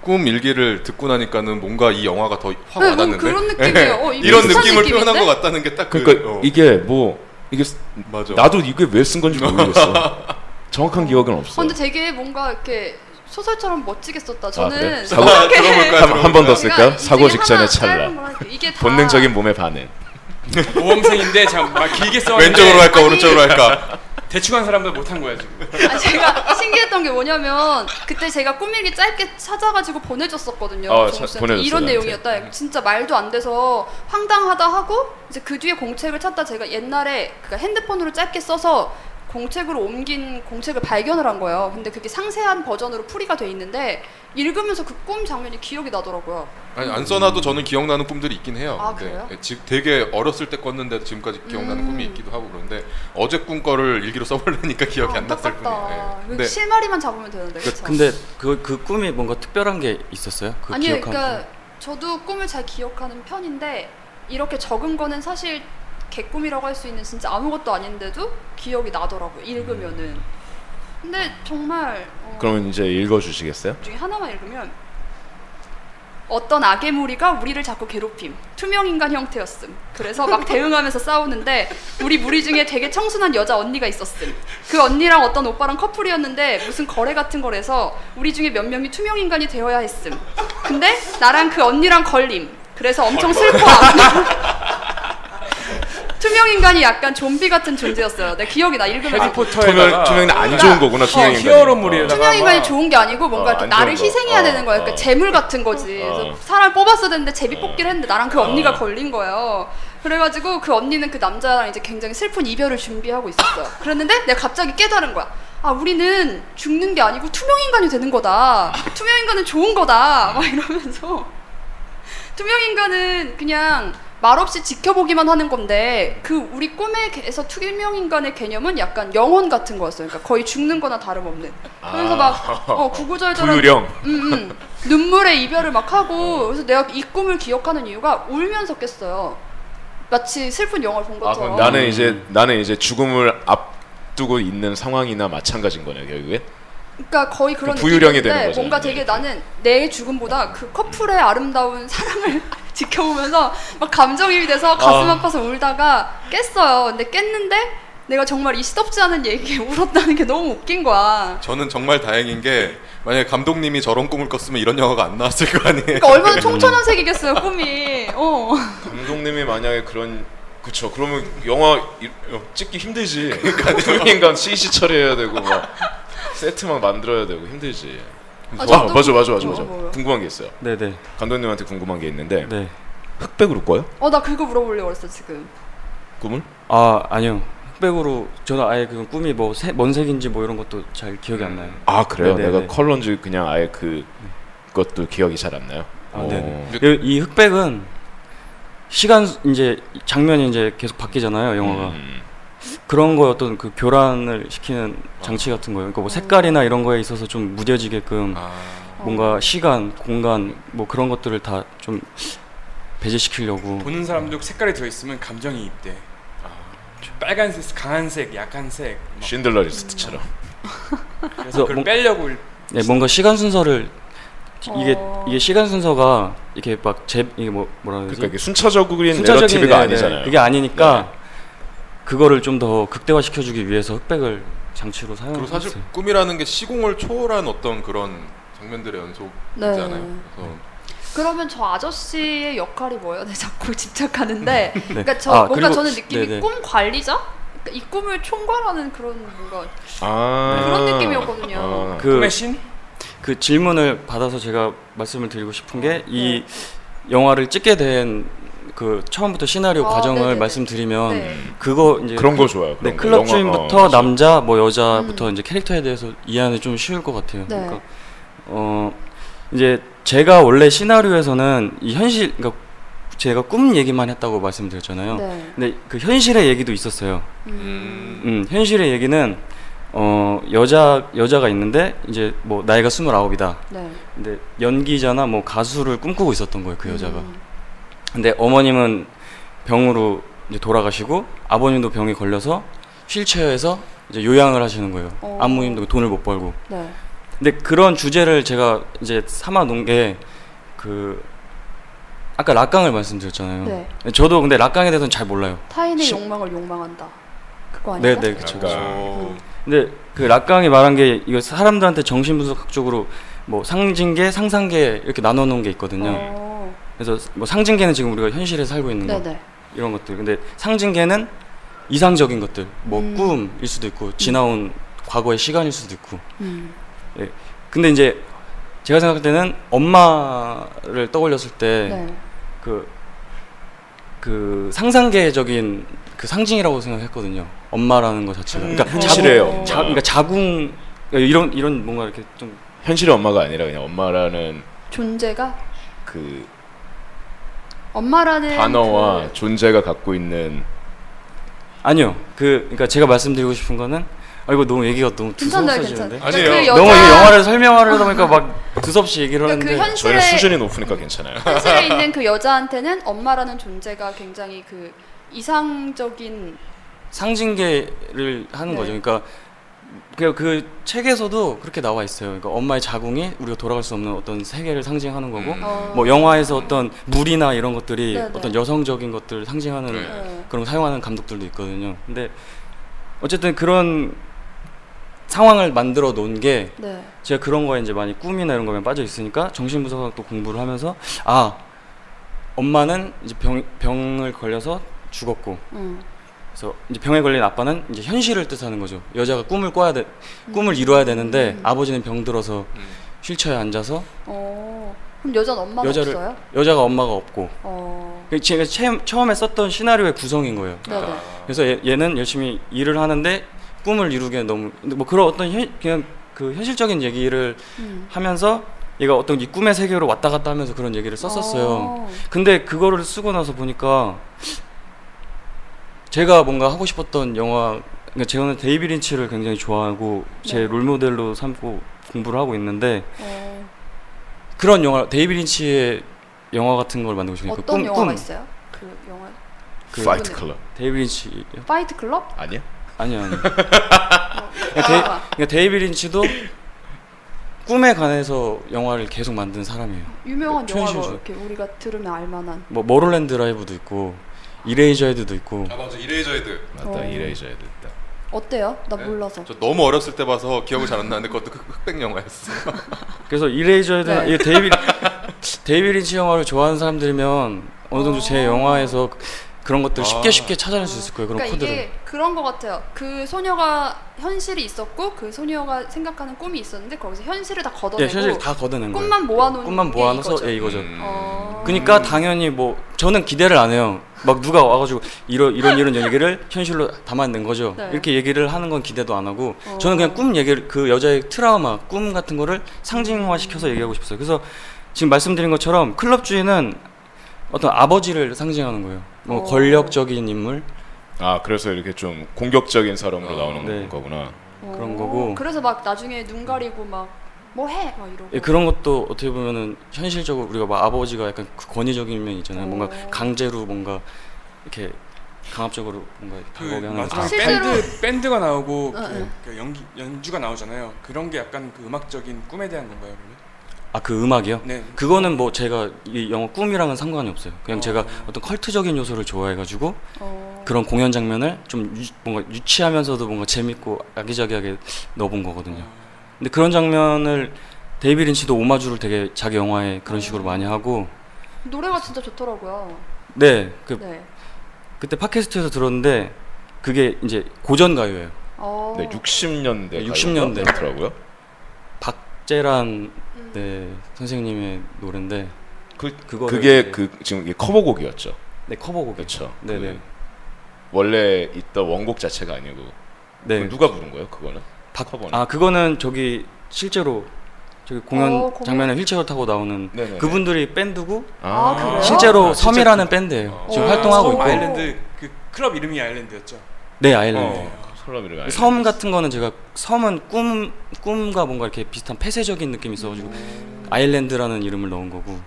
Speaker 1: 꿈 일기를 듣고 나니까는 뭔가 이 영화가 더 확
Speaker 3: 네,
Speaker 1: 와닿는데 예,
Speaker 3: 뭔가 그런 느낌이에요. 어, 이거
Speaker 1: 이런
Speaker 3: 비슷한
Speaker 1: 느낌을
Speaker 3: 느낌인데?
Speaker 1: 표현한 것 같다는 게 딱 그,
Speaker 2: 그러니까
Speaker 1: 어,
Speaker 2: 이게 뭐 이게 쓰-
Speaker 1: 맞아.
Speaker 2: 나도 이게 왜 쓴 건지 모르겠어 정확한 기억은
Speaker 3: 어,
Speaker 2: 없어
Speaker 3: 근데 되게 뭔가 이렇게 소설처럼 멋지게 썼다.
Speaker 2: 아,
Speaker 3: 저는
Speaker 2: 그래?
Speaker 3: 제가
Speaker 2: 사고
Speaker 1: 들어볼까요?
Speaker 2: 한 번 더
Speaker 3: 이게
Speaker 2: 쓸까요? 사고
Speaker 3: 하나 짧은
Speaker 2: 직전의 찰나
Speaker 3: 거랑 이게 다 아,
Speaker 2: 본능적인 몸의 반응
Speaker 4: 모범생인데 참막 길게 써왔는데
Speaker 1: 왼쪽으로 할까
Speaker 3: 아니.
Speaker 1: 오른쪽으로 할까?
Speaker 4: 대충 한 사람들 못한 거야 지금.
Speaker 3: 아, 제가 신기했던 게 뭐냐면 그때 제가 꾸밀기 짧게 찾아가지고 보내줬었거든요.
Speaker 2: 어,
Speaker 3: 정우
Speaker 2: 자-
Speaker 3: 씨한테.
Speaker 2: 보내줬어요,
Speaker 3: 이런
Speaker 2: 저한테. 음.
Speaker 3: 내용이었다. 진짜 말도 안 돼서 황당하다 하고 이제 그 뒤에 공책을 찾다 제가 옛날에 그니까 핸드폰으로 짧게 그러니까 써서 공책으로 옮긴 공책을 발견을 한 거예요. 근데 그게 상세한 버전으로 풀이가 돼 있는데 읽으면서 그 꿈 장면이 기억이 나더라고요.
Speaker 1: 아니 안 써놔도 저는 기억나는 꿈들이 있긴 해요.
Speaker 3: 아,
Speaker 1: 근데
Speaker 3: 그래요?
Speaker 1: 예, 지- 되게 어렸을 때 꿨는데 지금까지 기억나는
Speaker 3: 음.
Speaker 1: 꿈이 있기도 하고 그런데 어제 꿈 거를 일기로 써보려니까 기억이
Speaker 3: 아,
Speaker 1: 안 났을 뿐이에요.
Speaker 3: 안타깝다.
Speaker 1: 예.
Speaker 3: 이거
Speaker 1: 근데
Speaker 3: 실마리만 잡으면 되는데. 그쵸?
Speaker 5: 근데 그, 그 꿈이 뭔가 특별한 게 있었어요? 그
Speaker 3: 아니요,
Speaker 5: 기억하는
Speaker 3: 그러니까 저도 꿈을 잘 기억하는 편인데 이렇게 적은 거는 사실 개꿈이라고 할 수 있는 진짜 아무것도 아닌데도 기억이 나더라고요.
Speaker 5: 음.
Speaker 3: 읽으면은. 근데 정말 어,
Speaker 2: 그러면 이제 읽어주시겠어요?
Speaker 3: 그 중에 하나만 읽으면 어떤 악의 무리가 우리를 자꾸 괴롭힘. 투명 인간 형태였음. 그래서 막 대응하면서 싸우는데 우리 무리 중에 되게 청순한 여자 언니가 있었음. 그 언니랑 어떤 오빠랑 커플이었는데 무슨 거래 같은 걸 해서 우리 중에 몇 명이 투명 인간이 되어야 했음. 근데 나랑 그 언니랑 걸림. 그래서 엄청 슬퍼함. 투명 인간이 약간 좀비 같은 존재였어요. 내 기억이 나 읽으면서.
Speaker 2: 투명 투명이 안 좋은 거구나 투명 인간.
Speaker 4: 히어로물이에다가
Speaker 3: 투명 인간이 좋은 게 아니고
Speaker 2: 네, 어,
Speaker 3: 뭔가 이렇게
Speaker 2: 안 좋은
Speaker 3: 나를
Speaker 2: 거.
Speaker 3: 희생해야
Speaker 2: 어,
Speaker 3: 되는 거야. 그러니까
Speaker 2: 어.
Speaker 3: 재물 같은 거지.
Speaker 2: 어.
Speaker 3: 그래서 사람을 뽑았어야 되는데 제비 뽑기를 했는데 나랑 그 언니가
Speaker 2: 어.
Speaker 3: 걸린 거예요. 그래가지고 그 언니는 그 남자랑 이제 굉장히 슬픈 이별을 준비하고 있었어요. 그랬는데 내가 갑자기 깨달은 거야. 아 우리는 죽는 게 아니고 투명 인간이 되는 거다. 투명 인간은 좋은 거다. 막 이러면서 투명 인간은 그냥 말없이 지켜보기만 하는 건데 그 우리 꿈에서 투명 인간의 개념은 약간 영혼 같은 거였어요. 그러니까 거의 죽는 거나 다름없는. 그래서
Speaker 2: 아.
Speaker 3: 막 어, 구구절절한
Speaker 2: 부유령.
Speaker 3: 음, 음. 눈물의 이별을 막 하고 그래서 내가 이 꿈을 기억하는 이유가 울면서 깼어요. 마치 슬픈 영화를 본
Speaker 2: 아,
Speaker 3: 것처럼.
Speaker 2: 그럼 나는 이제 나는 이제 죽음을 앞두고 있는 상황이나 마찬가지인 거네요 결국엔.
Speaker 3: 그러니까 거의 그런
Speaker 2: 부유령이
Speaker 3: 느낌인데
Speaker 2: 되는 거죠.
Speaker 3: 뭔가 되게 나는 내 죽음보다 그 커플의 아름다운 사랑을 지켜보면서 막 감정이입이 돼서 가슴
Speaker 2: 아.
Speaker 3: 아파서 울다가 깼어요. 근데 깼는데 내가 정말 이 시덥지 않은 얘기에 울었다는 게 너무 웃긴 거야.
Speaker 1: 저는 정말 다행인 게 만약에 감독님이 저런 꿈을 꿨으면 이런 영화가 안 나왔을 거 아니에요.
Speaker 3: 그러니까 얼마나 총천연색이겠어요 꿈이. 어.
Speaker 2: 감독님이 만약에 그런 그쵸 그러면 영화 이- 어, 찍기 힘들지 그러니까 투명인간 CG 처리해야 되고 막 세트 막 만들어야 되고 힘들지
Speaker 3: 아,
Speaker 2: 아,
Speaker 3: 저도-
Speaker 2: 맞아 맞아 맞아
Speaker 3: 어,
Speaker 2: 맞아
Speaker 3: 뭐요?
Speaker 2: 궁금한 게 있어요
Speaker 5: 네네
Speaker 2: 감독님한테 궁금한 게 있는데
Speaker 5: 네.
Speaker 2: 흑백으로 꿔요?
Speaker 3: 어, 나 그거 물어보려고 그랬어 지금.
Speaker 2: 꿈을?
Speaker 5: 아 아니요 흑백으로 저는 아예 그 꿈이 뭐 뭔 색인지 뭐 이런 것도 잘 기억이 안 나요
Speaker 2: 아 그래요?
Speaker 5: 네네네.
Speaker 2: 내가 컬러인지 그냥 아예 그 것도 기억이 잘 안 나요
Speaker 5: 아,
Speaker 2: 어.
Speaker 5: 네네. 이, 이 흑백은 시간 이제 장면이 이제 계속 바뀌잖아요 영화가
Speaker 2: 음.
Speaker 5: 그런 거에 어떤 그 교란을 시키는 장치 같은 거예요 그러니까 뭐 색깔이나 이런 거에 있어서 좀 무뎌지게끔
Speaker 1: 어. 아,
Speaker 5: 뭔가 시간 공간 뭐 그런 것들을 다 좀 배제시키려고
Speaker 4: 보는 사람도 색깔이 들어있으면 감정이 입대. 빨간색, 강한색, 약한색. 막
Speaker 2: 신들러 리스트처럼
Speaker 4: 그래서 그걸
Speaker 5: 뭔-
Speaker 4: 빼려고 일-
Speaker 5: 네, 뭔가 시간 순서를 이게
Speaker 3: 어.
Speaker 5: 이게 시간 순서가 이렇게 막제 이게 뭐 뭐라 해야 되지
Speaker 2: 그러니까 이게 순차적인
Speaker 5: 순차적인
Speaker 2: 내러티브가
Speaker 5: 네, 네.
Speaker 2: 아니잖아요 네.
Speaker 5: 그게 아니니까 그거를 좀 더 극대화시켜주기 위해서 흑백을 장치로
Speaker 1: 그리고 사실
Speaker 5: 사용했어요.
Speaker 1: 꿈이라는 게 시공을 초월한 어떤 그런 장면들의 연속이잖아요.
Speaker 3: 네.
Speaker 1: 그래서
Speaker 3: 그러면 저 아저씨의 역할이 뭐예요? 내가 자꾸 집착하는데, 그러니까 저
Speaker 5: 아,
Speaker 3: 뭔가
Speaker 5: 그리고-
Speaker 3: 저는 느낌이
Speaker 5: 네네.
Speaker 3: 꿈 관리자? 그러니까 이 꿈을 총괄하는 그런 뭔가
Speaker 2: 아
Speaker 3: 그런 느낌이었거든요.
Speaker 2: 아.
Speaker 5: 그,
Speaker 4: 꿈의 신?
Speaker 5: 그 질문을 받아서 제가 말씀을 드리고 싶은 게 이
Speaker 3: 네.
Speaker 5: 영화를 찍게 된 그 처음부터 시나리오
Speaker 3: 아,
Speaker 5: 과정을
Speaker 3: 네네네.
Speaker 2: 아.
Speaker 5: 말씀드리면
Speaker 3: 네.
Speaker 5: 그거 이제
Speaker 2: 그런 거 좋아요 그런
Speaker 5: 네,
Speaker 2: 거.
Speaker 5: 클럽
Speaker 2: 영화-
Speaker 5: 주인부터
Speaker 2: 어,
Speaker 5: 남자 뭐 여자부터 이제 캐릭터에 대해서 이해하는 좀 쉬울 것 같아요.
Speaker 3: 음. 네.
Speaker 5: 그러니까 어 이제 제가 원래 시나리오에서는 이 현실 그러니까 제가 꿈 얘기만 했다고 말씀드렸잖아요.
Speaker 3: 네.
Speaker 5: 근데 그 현실의 얘기도 있었어요.
Speaker 1: 음,
Speaker 5: 음, 현실의 얘기는 어 여자 여자가 있는데 이제 뭐 나이가 스물아홉이다.
Speaker 3: 네.
Speaker 5: 근데 연기자나 뭐 가수를 꿈꾸고 있었던 거예요 그 여자가.
Speaker 3: 음.
Speaker 5: 근데 어머님은 병으로 이제 돌아가시고 아버님도 병에 걸려서 휠체어에서 이제 요양을 하시는 거예요.
Speaker 3: 어.
Speaker 5: 아버님도 그 돈을 못 벌고.
Speaker 3: 네.
Speaker 5: 근데 그런 주제를 제가 이제 삼아 놓은 게 그 아까 락강을 말씀드렸잖아요.
Speaker 3: 네.
Speaker 5: 저도 근데 락강에 대해서는 잘 몰라요.
Speaker 3: 타인의
Speaker 5: 시-
Speaker 3: 욕망을 욕망한다. 그거 아니야?
Speaker 5: 네, 네, 그렇죠.
Speaker 2: 락강.
Speaker 1: 저-
Speaker 5: 근데 그 락강이 말한 게 이거 사람들한테 정신분석학적으로 뭐 상징계, 상상계 이렇게 나눠 놓은 게 있거든요. 음.
Speaker 3: 어.
Speaker 5: 그래서 뭐 상징계는 지금 우리가 현실에 살고 있는 거.
Speaker 3: 네, 네.
Speaker 5: 이런 것들. 근데 상징계는 이상적인 것들, 뭐
Speaker 3: 음.
Speaker 5: 꿈일 수도 있고 지나온 과거의 시간일 수도 있고.
Speaker 3: 음.
Speaker 5: 근데 이제 제가 네. 생각할 때는 엄마를 떠올렸을 때 그 그
Speaker 3: 네.
Speaker 5: 그 상상계적인 그 상징이라고 생각했거든요. 엄마라는 것 자체가.
Speaker 4: 음,
Speaker 5: 그러니까
Speaker 3: 네.
Speaker 2: 현실의
Speaker 5: 자궁-
Speaker 2: 엄마.
Speaker 5: 자, 그러니까 자궁 그러니까 이런 이런 뭔가 이렇게 좀
Speaker 2: 음. 현실의 엄마가 아니라 그냥 엄마라는
Speaker 3: 존재가
Speaker 2: 그
Speaker 3: 엄마라는
Speaker 2: 단어와 존재가 갖고 있는
Speaker 5: 아니요. 그 그러니까 제가 말씀드리고 싶은 거는 아 이거 너무 얘기가 너무
Speaker 3: 괜찮아요,
Speaker 5: 두서없어지는데.
Speaker 3: 그 괜찮아요.
Speaker 2: 아니에요.
Speaker 3: 그 여자,
Speaker 5: 너무 이 영화를 설명하려다 보니까 막 두서없이 얘기를
Speaker 3: 그러니까 그
Speaker 5: 하는데
Speaker 2: 저희는
Speaker 3: 현실에
Speaker 2: 수준이 높으니까 괜찮아요.
Speaker 3: 현실에 있는 그 여자한테는 엄마라는 존재가 굉장히 그 이상적인
Speaker 5: 상징계를 하는
Speaker 3: 네.
Speaker 5: 거죠. 그러니까 그, 그 책에서도 그렇게 나와 있어요. 그러니까 엄마의 자궁이 우리가 돌아갈 수 없는 어떤 세계를 상징하는 거고,
Speaker 1: 음.
Speaker 3: 어,
Speaker 5: 뭐 영화에서 어떤 물이나 이런 것들이
Speaker 3: 네, 네.
Speaker 5: 어떤 여성적인 것들을 상징하는
Speaker 1: 네.
Speaker 3: 네.
Speaker 5: 그런 거 사용하는 감독들도 있거든요. 근데 어쨌든 그런 상황을 만들어 놓은 게
Speaker 3: 네.
Speaker 5: 제가 그런 거에 이제 많이 꿈이나 이런 거에 빠져 있으니까 정신분석학도 공부를 하면서 아 엄마는 이제 병, 병을 걸려서 죽었고
Speaker 3: 음.
Speaker 5: 그래서 이제 병에 걸린 아빠는 이제 현실을 뜻하는 거죠. 여자가 꿈을 꿔야 돼, 꿈을 이루어야 되는데
Speaker 3: 음.
Speaker 5: 아버지는 병들어서
Speaker 1: 음.
Speaker 5: 휠체어에 앉아서
Speaker 3: 어. 그럼 여자는 엄마가
Speaker 5: 여자를-
Speaker 3: 없어요?
Speaker 5: 여자가 엄마가 없고
Speaker 3: 어.
Speaker 5: 그 제가 처음- 처음에 썼던 시나리오의 구성인 거예요.
Speaker 3: 네,
Speaker 1: 그러니까
Speaker 3: 네.
Speaker 2: 그러니까
Speaker 5: 그래서 얘, 얘는 열심히 일을 하는데 꿈을 이루기엔 너무 근데 뭐 그런 어떤 현, 그냥 그 현실적인 얘기를
Speaker 3: 음.
Speaker 5: 하면서 얘가 어떤 이 꿈의 세계로 왔다 갔다 하면서 그런 얘기를 썼었어요.
Speaker 3: 어.
Speaker 5: 근데 그거를 쓰고 나서 보니까 제가 뭔가 하고 싶었던 영화 그러니까 제가는 데이비 린치를 굉장히 좋아하고 제
Speaker 3: 네.
Speaker 5: 롤모델로 삼고 공부를 하고 있는데
Speaker 3: 어.
Speaker 5: 그런 영화 데이비 린치의 영화 같은 걸 만들고 싶으니까
Speaker 3: 어떤 영화가 있어요? 그 영화
Speaker 5: 그
Speaker 2: 파이트
Speaker 3: 그-
Speaker 2: 클럽
Speaker 5: 데이비 린치
Speaker 3: 파이트 클럽?
Speaker 2: 아니야?
Speaker 5: 아니요 아니요
Speaker 3: 어.
Speaker 5: 그러니까,
Speaker 3: 아.
Speaker 5: 데이, 그러니까 데이비 린치도 꿈에 관해서 영화를 계속 만든 사람이에요.
Speaker 3: 유명한
Speaker 5: 그 최현
Speaker 3: 영화로
Speaker 5: 씨죠.
Speaker 3: 이렇게 우리가 들으면 알만한.
Speaker 5: 뭐 머롤랜드 라이브도 있고 이레이저헤드도 있고
Speaker 1: 아 맞아 이레이저헤드.
Speaker 2: 맞다
Speaker 3: 어.
Speaker 2: 이레이저에 됐다.
Speaker 3: 어때요? 나
Speaker 1: 네?
Speaker 3: 몰라서.
Speaker 1: 저 너무 어렸을 때 봐서 기억을 잘 안 나는데 그것도 흑- 흑백 영화였어.
Speaker 5: 그래서 이레이저헤드
Speaker 3: 네.
Speaker 5: 이 데이비 데이비 린치 영화를 좋아하는 사람들이면 어느 정도 제
Speaker 3: 어.
Speaker 5: 영화에서 그런 것들 을 쉽게
Speaker 1: 아.
Speaker 5: 쉽게 찾아낼 수 있을 거예요. 그런
Speaker 3: 그러니까
Speaker 5: 코드를.
Speaker 3: 이게 그런 것 같아요. 그 소녀가 현실이 있었고 그 소녀가 생각하는 꿈이 있었는데 거기서 현실을 다 걷어내고
Speaker 5: 예, 사실 다 걷어낸 거예요.
Speaker 3: 꿈만 모아놓은
Speaker 5: 꿈만
Speaker 3: 게
Speaker 5: 모아놔서
Speaker 3: 이거죠.
Speaker 5: 예, 이거죠.
Speaker 1: 음.
Speaker 3: 어.
Speaker 5: 그러니까 당연히 뭐 저는 기대를 안 해요. 막 누가 와가지고 이런 이런 이런 얘기를 현실로 담아낸 거죠.
Speaker 3: 네.
Speaker 5: 이렇게 얘기를 하는 건 기대도 안 하고
Speaker 3: 어.
Speaker 5: 저는 그냥 꿈 얘기를 그 여자의 트라우마 꿈 같은 거를 상징화 시켜서 얘기하고 싶었어요. 그래서 지금 말씀드린 것처럼 클럽 주인은 어떤 아버지를 상징하는 거예요. 뭐
Speaker 3: 어.
Speaker 5: 권력적인 인물.
Speaker 2: 아 그래서 이렇게 좀 공격적인 사람으로
Speaker 1: 어,
Speaker 2: 나오는
Speaker 5: 네.
Speaker 2: 거구나.
Speaker 3: 어.
Speaker 5: 그런 거고.
Speaker 3: 그래서 막 나중에 눈 가리고 막 뭐 해? 막 이러고.
Speaker 5: 예, 그런 것도 어떻게 보면은 현실적으로 우리가 막 아버지가 약간 그 권위적인 면이 있잖아요. 뭔가
Speaker 3: 어.
Speaker 5: 강제로 뭔가 이렇게 강압적으로 뭔가
Speaker 4: 그
Speaker 5: 반복하는
Speaker 4: 마지막
Speaker 3: 거. 실제로- 어,
Speaker 4: 밴드 밴드가 나오고
Speaker 3: 응,
Speaker 4: 그,
Speaker 3: 응.
Speaker 4: 그 연기 연주가 나오잖아요. 그런 게 약간 그 음악적인 꿈에 대한 건가요,
Speaker 5: 아 그 음악이요?
Speaker 4: 그러면? 네.
Speaker 5: 그거는 뭐 제가 이 영화 꿈이랑은 상관이 없어요. 그냥
Speaker 4: 어.
Speaker 5: 제가 어떤 컬트적인 요소를 좋아해가지고
Speaker 3: 어.
Speaker 5: 그런 공연 장면을 좀 유- 뭔가 유치하면서도 뭔가 재밌고 아기자기하게 넣어본 거거든요. 근데 그런 장면을 데이비 린치도 오마주를 되게 자기 영화에 그런 식으로 많이 하고
Speaker 3: 노래가 진짜 좋더라고요.
Speaker 5: 네, 그,
Speaker 3: 네.
Speaker 5: 그때 팟캐스트에서 들었는데 그게 이제 고전 가요예요.
Speaker 3: 어.
Speaker 2: 네, 60년대.
Speaker 5: 네,
Speaker 2: 가요가
Speaker 5: 60년대.
Speaker 2: 그렇더라고요.
Speaker 5: 박재란
Speaker 3: 음.
Speaker 5: 네, 선생님의 노래인데
Speaker 2: 그
Speaker 5: 그거를
Speaker 2: 그게
Speaker 5: 이제-
Speaker 2: 그 지금 이게 커버곡이었죠.
Speaker 5: 네 커버곡이죠.
Speaker 2: 그렇죠.
Speaker 5: 네네.
Speaker 2: 원래 있던 원곡 자체가 아니고
Speaker 5: 네.
Speaker 2: 그럼 누가 부른 거예요? 그거는 커버는.
Speaker 5: 아 그거는 저기 실제로 저기 공연
Speaker 3: 어, 공연.
Speaker 5: 장면에 휠체어 타고 나오는
Speaker 2: 네네.
Speaker 5: 그분들이 밴드고
Speaker 3: 아, 그래요?
Speaker 5: 실제로
Speaker 2: 아, 진짜
Speaker 5: 섬이라는
Speaker 2: 그-
Speaker 5: 밴드예요.
Speaker 1: 어.
Speaker 5: 지금
Speaker 4: 아,
Speaker 5: 활동하고
Speaker 4: 섬
Speaker 5: 있고
Speaker 4: 아일랜드 그 클럽 이름이 아일랜드였죠.
Speaker 5: 네 아일랜드.
Speaker 4: 어.
Speaker 2: 설럼 이름
Speaker 5: 섬 같은 거는 제가 섬은 꿈 꿈과 뭔가 이렇게 비슷한 폐쇄적인 느낌이 있어가지고 아일랜드라는 이름을 넣은 거고.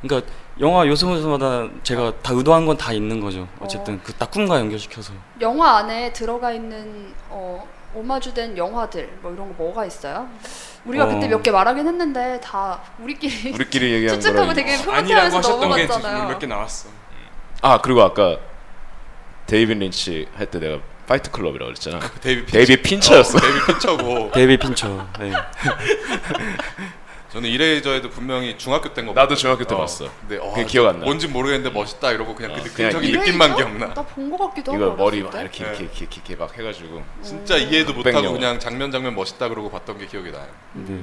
Speaker 5: 그러니까 영화 요소마다 제가 다 의도한 건 다 있는 거죠. 어쨌든 그 딱 꿈과 연결시켜서.
Speaker 3: 영화 안에 들어가 있는 어, 오마주된 영화들 뭐 이런 거 뭐가 있어요? 우리가
Speaker 5: 어.
Speaker 3: 그때 몇 개 말하긴 했는데 다 우리끼리
Speaker 2: 우리끼리 얘기한
Speaker 3: 추측하고
Speaker 2: 거랑
Speaker 3: 되게
Speaker 4: 아니라고
Speaker 3: 흐뭇해하면서
Speaker 4: 하셨던 게 지금
Speaker 3: 넘어갔잖아요.
Speaker 4: 몇개 나왔어.
Speaker 2: 아 그리고 아까 데이빈 린치 할 때 내가 파이트 클럽이라고 그랬잖아.
Speaker 1: 데이비 피-
Speaker 2: 데이비 핀처였어.
Speaker 1: 어, 데이비 피처고
Speaker 5: 데이비 핀처. 네.
Speaker 1: 저는 이레이저헤드 분명히 중학교 때인 거.
Speaker 2: 나도
Speaker 1: 봤어요.
Speaker 2: 중학교 때
Speaker 1: 어.
Speaker 2: 봤어.
Speaker 1: 근데 어,
Speaker 2: 그게 기억 안 나.
Speaker 1: 뭔진 모르겠는데 멋있다 이러고 그냥 그
Speaker 2: 어, 그냥
Speaker 1: 근적인
Speaker 3: 이레이저?
Speaker 1: 느낌만 기억나.
Speaker 3: 나본 거 같기도 하고.
Speaker 2: 이거 머리 막
Speaker 3: 어렸을 때.
Speaker 2: 이렇게 이렇게 이렇게 이렇게, 이렇게 막 해가지고
Speaker 1: 진짜 이해도
Speaker 2: 백령어.
Speaker 1: 못하고 그냥 장면 장면 멋있다 그러고 봤던 게 기억이 나요.
Speaker 5: 네.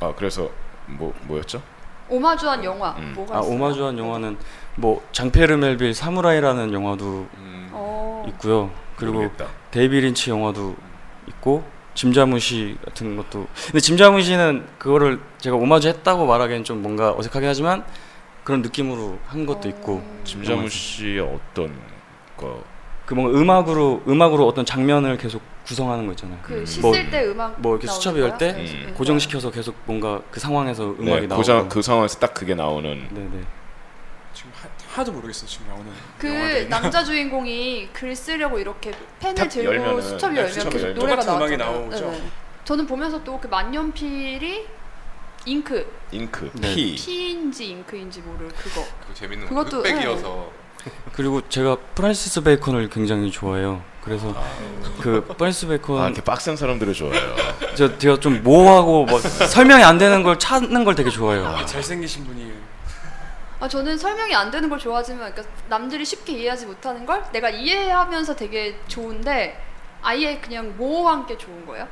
Speaker 2: 아 그래서 뭐 뭐였죠?
Speaker 3: 오마주한 영화
Speaker 2: 음.
Speaker 3: 뭐가
Speaker 5: 아
Speaker 3: 있어요?
Speaker 5: 오마주한 영화는 뭐 장페르 멜빌 사무라이라는 영화도
Speaker 1: 음.
Speaker 3: 어.
Speaker 5: 있고요. 그리고
Speaker 2: 모르겠다.
Speaker 5: 데이비 린치 영화도 있고 짐자무시 같은 것도 근데 짐자무시는 그거를 제가 오마주 했다고 말하기엔 좀 뭔가 어색하긴 하지만 그런 느낌으로 한 것도 있고
Speaker 3: 음.
Speaker 2: 짐자무 씨의 어떤 거
Speaker 5: 그 뭔가 음악으로 음악으로 어떤 장면을 계속 구성하는 거 있잖아요.
Speaker 3: 그
Speaker 2: 음.
Speaker 3: 씻을 때 음악
Speaker 5: 뭐 이렇게
Speaker 3: 나오는
Speaker 5: 수첩이 열
Speaker 3: 거야?
Speaker 5: 때
Speaker 3: 네,
Speaker 2: 음.
Speaker 3: 네.
Speaker 5: 고정시켜서 계속 뭔가 그 상황에서 음악이
Speaker 2: 네,
Speaker 5: 나오고
Speaker 2: 고장, 그 상황에서 딱 그게 나오는
Speaker 5: 네네
Speaker 4: 지금 하, 하나도 모르겠어 지금 나오는
Speaker 3: 그
Speaker 4: 영화들이.
Speaker 3: 남자 주인공이 글 쓰려고 이렇게 펜을
Speaker 2: 탭
Speaker 3: 들고
Speaker 2: 열면은,
Speaker 3: 수첩
Speaker 2: 네,
Speaker 3: 열면
Speaker 2: 수첩
Speaker 3: 계속
Speaker 2: 열면
Speaker 3: 노래가
Speaker 4: 똑같은
Speaker 3: 나왔잖아요.
Speaker 4: 음악이 나오죠.
Speaker 3: 네네. 저는 보면서 또 그 만년필이 잉크
Speaker 2: 잉크,
Speaker 5: 네.
Speaker 2: 피.
Speaker 3: 피인지 잉크인지 모를 그거
Speaker 1: 그 재밌는
Speaker 3: 그것도-
Speaker 1: 그것도 흑백이어서
Speaker 5: 그리고 제가 프란시스 베이컨을 굉장히 좋아해요. 그래서 그 프란시스
Speaker 2: 아,
Speaker 5: 베이컨
Speaker 2: 이렇게 빡센 사람들을 좋아해요.
Speaker 5: 저 제가 좀 모호하고 막 설명이 안 되는 걸 찾는 걸 되게 좋아해요.
Speaker 4: 잘생기신 분이
Speaker 3: 아 저는 설명이 안 되는 걸 좋아하지만 그러니까 남들이 쉽게 이해하지 못하는 걸 내가 이해하면서 되게 좋은데 아예 그냥 모호한 게 좋은 거예요?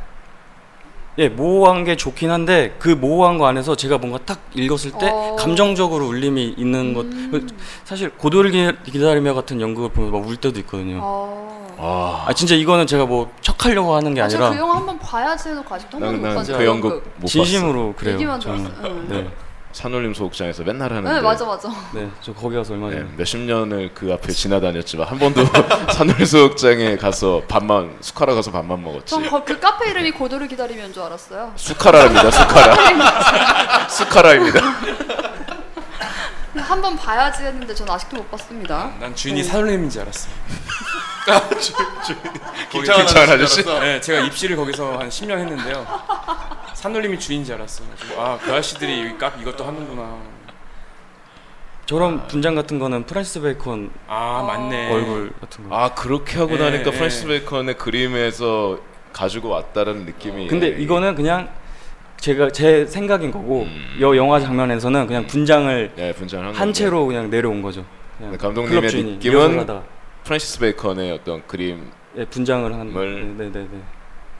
Speaker 5: 예 모호한 게 좋긴 한데 그 모호한 거 안에서 제가 뭔가 탁 읽었을 때
Speaker 3: 어. 음.
Speaker 5: 감정적으로 울림이 있는 것 그- 사실 고도를 기- 기다리며 같은 연극을 보면 막 울 때도 있거든요.
Speaker 3: 아.
Speaker 2: 아,
Speaker 5: 아 진짜 이거는 제가 뭐 척하려고 하는 게
Speaker 3: 아, 제가 그
Speaker 5: 아니라
Speaker 3: 영화 한번 봐야지 해놓고 아직도 한 번도 못 봤어요.
Speaker 2: 난그 연극 못
Speaker 5: 진심으로 그래요.
Speaker 3: 얘기만
Speaker 5: 저는
Speaker 3: 들었어요. 응.
Speaker 5: 네,
Speaker 2: 봤어. 산울림 소극장에서 맨날 하는데.
Speaker 3: 네 맞아 맞아.
Speaker 5: 네, 저 거기 가서 얼마
Speaker 2: 네,
Speaker 5: 전에
Speaker 2: 몇십 년을 그 앞에 지나다녔지만 한 번도 산울림 소극장에 가서 밥만 수카라 가서 밥만 먹었지.
Speaker 3: 전 그 카페 이름이 고도를 기다리면 줄 알았어요.
Speaker 2: 수카라입니다. 수카라. 수카라입니다.
Speaker 3: 한 번 봐야지 했는데 전 아직도 못 봤습니다.
Speaker 4: 난 주인이 사돌림인 줄 알았어.
Speaker 3: 예.
Speaker 1: 김창완
Speaker 2: 김창완
Speaker 1: 아저씨 줄 알았어.
Speaker 4: 네, 제가 입시를 거기서 한 10년 했는데요. 산울림이 주인 줄 알았어. 그래가지고 아, 그 아저씨들이 여기 깍 이것도 하는구나.
Speaker 2: 아.
Speaker 5: 저런 분장 같은 거는 프란시스 베이컨
Speaker 4: 아, 맞네.
Speaker 5: 어, 얼굴 같은 거.
Speaker 2: 아 그렇게 하고
Speaker 4: 예,
Speaker 2: 나니까
Speaker 4: 예.
Speaker 2: 프란시스 베이컨의 그림에서 가지고 왔다는 느낌이.
Speaker 5: 근데 이거는 그냥 제가 제 생각인 거고
Speaker 2: 음.
Speaker 5: 여 영화 장면에서는 그냥 분장을
Speaker 2: 예 분장한
Speaker 5: 한
Speaker 2: 건데.
Speaker 5: 채로 그냥 내려온 거죠. 그냥
Speaker 2: 네, 감독님의
Speaker 5: 클럽 주인이
Speaker 2: 느낌은
Speaker 5: 리허설 하다가,
Speaker 2: 프란시스 베이컨의 어떤 그림
Speaker 5: 예, 분장을 한
Speaker 2: 뭘-
Speaker 5: 네네네.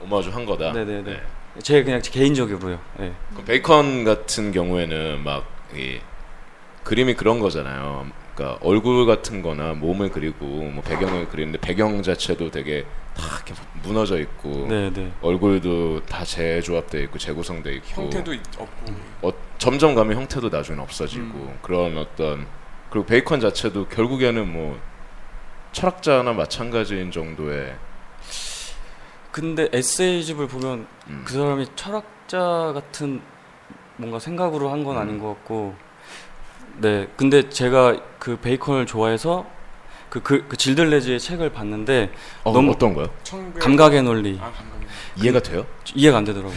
Speaker 2: 오마주 한 거다.
Speaker 5: 네네네.
Speaker 2: 네.
Speaker 5: 제 그냥 제 개인적으로요. 예.
Speaker 2: 그 베이컨 같은 경우에는 막 이 그림이 그런 거잖아요. 그러니까 얼굴 같은 거나 몸을 그리고 뭐 배경을 그리는데 배경 자체도 되게 다 이렇게 무너져 있고
Speaker 5: 네네.
Speaker 2: 얼굴도 다 재조합돼 있고 재구성돼 있고
Speaker 4: 형태도 있- 없고.
Speaker 5: 음.
Speaker 2: 어, 점점 가면 형태도 나중에 없어지고
Speaker 4: 음.
Speaker 2: 그런 어떤 그리고 베이컨 자체도 결국에는 뭐 철학자나 마찬가지인 정도의
Speaker 5: 근데 에세이집을 보면
Speaker 2: 음.
Speaker 5: 그 사람이 철학자 같은 뭔가 생각으로 한 건
Speaker 2: 음.
Speaker 5: 아닌 것 같고, 네. 근데 제가 그 베이컨을 좋아해서 그, 그, 그 질들레즈의 책을 봤는데
Speaker 2: 어,
Speaker 5: 너무- 그
Speaker 2: 어떤 거요?
Speaker 4: 청구의-
Speaker 5: 감각의 논리
Speaker 4: 아, 감각의 논리.
Speaker 2: 이해가 돼요?
Speaker 5: 이해가 안 되더라고요.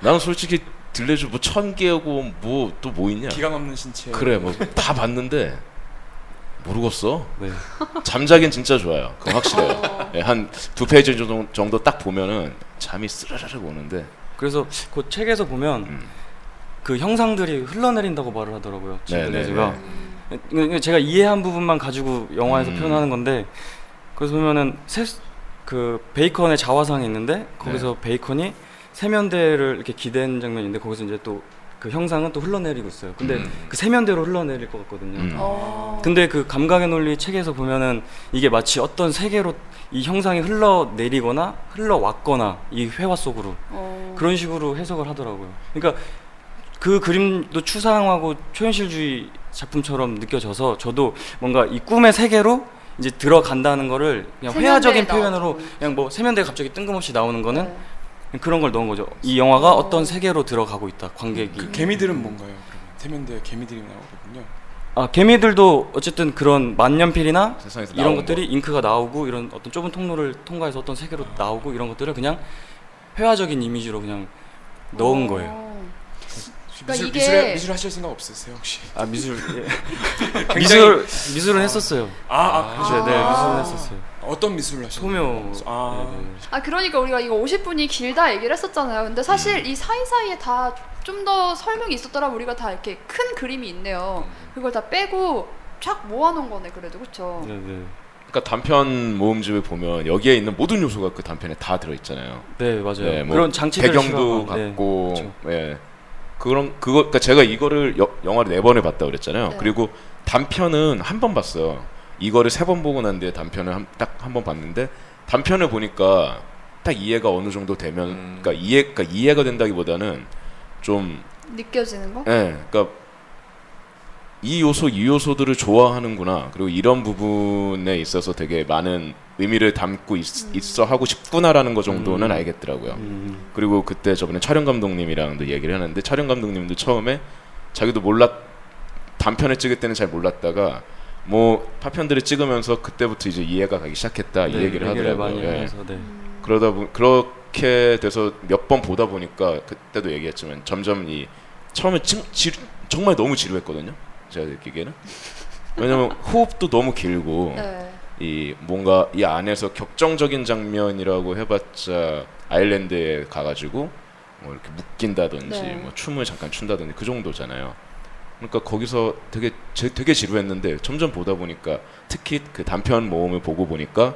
Speaker 2: 나는 솔직히 들려주 뭐천 개고 뭐 또 뭐 있냐?
Speaker 4: 기감 없는 신체.
Speaker 2: 그래 뭐 다 봤는데 모르겠어.
Speaker 5: 네.
Speaker 2: 잠자긴 진짜 좋아요. 그거 확실해요. 예, 한두 페이지 정도, 정도 딱 보면은 잠이 스르르 오는데
Speaker 5: 그래서 그 책에서 보면
Speaker 2: 음.
Speaker 5: 그 형상들이 흘러내린다고 말을 하더라고요. 질들레즈가.
Speaker 2: 네네네.
Speaker 5: 그러니까 제가 이해한 부분만 가지고 영화에서
Speaker 2: 음.
Speaker 5: 표현하는 건데 그래서 보면은 세, 그 베이컨의 자화상이 있는데 거기서
Speaker 2: 네.
Speaker 5: 베이컨이 세면대를 이렇게 기댄 장면인데 거기서 이제 또 그 형상은 또 흘러내리고 있어요. 근데
Speaker 2: 음.
Speaker 5: 그 세면대로 흘러내릴 것 같거든요.
Speaker 2: 음.
Speaker 3: 어.
Speaker 5: 근데 그 감각의 논리 책에서 보면은 이게 마치 어떤 세계로 이 형상이 흘러내리거나 흘러왔거나 이 회화 속으로
Speaker 3: 어.
Speaker 5: 그런 식으로 해석을 하더라고요. 그러니까 그 그림도 추상하고 초현실주의 작품처럼 느껴져서 저도 뭔가 이 꿈의 세계로 이제 들어간다는 거를 그냥
Speaker 3: 세면대에
Speaker 5: 회화적인
Speaker 3: 나오는
Speaker 5: 표현으로
Speaker 3: 거지.
Speaker 5: 그냥 뭐 세면대 갑자기 뜬금없이 나오는 거는
Speaker 3: 네.
Speaker 5: 그런 걸 넣은 거죠. 이 영화가
Speaker 3: 어.
Speaker 5: 어떤 세계로 들어가고 있다.
Speaker 2: 음,
Speaker 5: 관객이.
Speaker 4: 그 개미들은 뭔가요? 그러면 세면대에 개미들이 나오거든요.
Speaker 5: 아, 개미들도 어쨌든 그런 만년필이나
Speaker 2: 세상에서
Speaker 5: 이런
Speaker 2: 나온
Speaker 5: 것들이 잉크가 나오고 이런 어떤 좁은 통로를 통과해서 어떤 세계로 나오고 이런 것들을 그냥 회화적인 이미지로 그냥 넣은 거예요.
Speaker 3: 어. 그러니까
Speaker 4: 미술,
Speaker 3: 이게-
Speaker 4: 미술, 미술 하실 생각 없으세요 혹시?
Speaker 5: 아 미술 예.
Speaker 4: 굉장히-
Speaker 5: 미술 미술은 했었어요.
Speaker 4: 아, 아,
Speaker 5: 네, 네
Speaker 3: 아.
Speaker 5: 미술은 했었어요.
Speaker 4: 어떤 미술을 하시는
Speaker 5: 소묘.
Speaker 4: 아,
Speaker 5: 네, 네.
Speaker 3: 아 그러니까 우리가 이거 50분이 길다 얘기를 했었잖아요. 근데
Speaker 5: 음.
Speaker 3: 사실 이 사이사이에 다 좀 더 설명이 있었더라면 우리가 다 이렇게 큰 그림이 있네요. 그걸 다 빼고 쫙 모아놓은 거네 그래도 그렇죠.
Speaker 5: 네, 네.
Speaker 2: 그러니까 단편 모음집을 보면 여기에 있는 모든 요소가 그 단편에 다 들어 있잖아요.
Speaker 5: 네 맞아요.
Speaker 2: 네, 뭐
Speaker 5: 그런 장치들
Speaker 2: 배경도
Speaker 5: 실험하고, 네.
Speaker 2: 같고 예. 그런 그거 그러니까 제가 이거를 여- 영화를 네 번을 봤다 고 그랬잖아요.
Speaker 3: 네.
Speaker 2: 그리고 단편은 한 번 봤어요. 이거를 세 번 보고 난 뒤에 단편을 딱 한 번 봤는데 단편을 보니까 딱 이해가 어느 정도 되면
Speaker 1: 음.
Speaker 2: 그러니까 이해 그러니까 이해가 된다기보다는 좀
Speaker 3: 느껴지는
Speaker 5: 어.
Speaker 3: 거?
Speaker 2: 예. 그러니까 이 요소 이 요소들을 좋아하는구나. 그리고 이런 부분에 있어서 되게 많은 의미를 담고 있, 어 하고 싶구나라는 거
Speaker 5: 음.
Speaker 2: 정도는 알겠더라고요. 그리고 그때 저번에 촬영 감독님이랑도 얘기를 했는데 촬영 감독님도 처음에 자기도 몰랐 단편을 찍을 때는 잘 몰랐다가 뭐 파편들을 찍으면서 그때부터 이제 이해가 가기 시작했다 이 얘기를 하더라고요.
Speaker 5: 네, 그 많이
Speaker 2: 예.
Speaker 5: 하면서 네.
Speaker 2: 그러다 보, 그렇게 돼서 몇 번 보다 보니까 그때도 얘기했지만 점점 이 처음에 지, 지, 정말 너무 지루했거든요. 제가 느끼기에는 왜냐면 호흡도 너무 길고
Speaker 3: 네.
Speaker 2: 이 뭔가 이 안에서 격정적인 장면이라고 해봤자 아일랜드에 가가지고 뭐 이렇게 묶인다든지
Speaker 3: 네.
Speaker 2: 뭐 춤을 잠깐 춘다든지 그 정도잖아요. 그러니까 거기서 되게 제- 되게 지루했는데 점점 보다 보니까 특히 그 단편 모음을 보고 보니까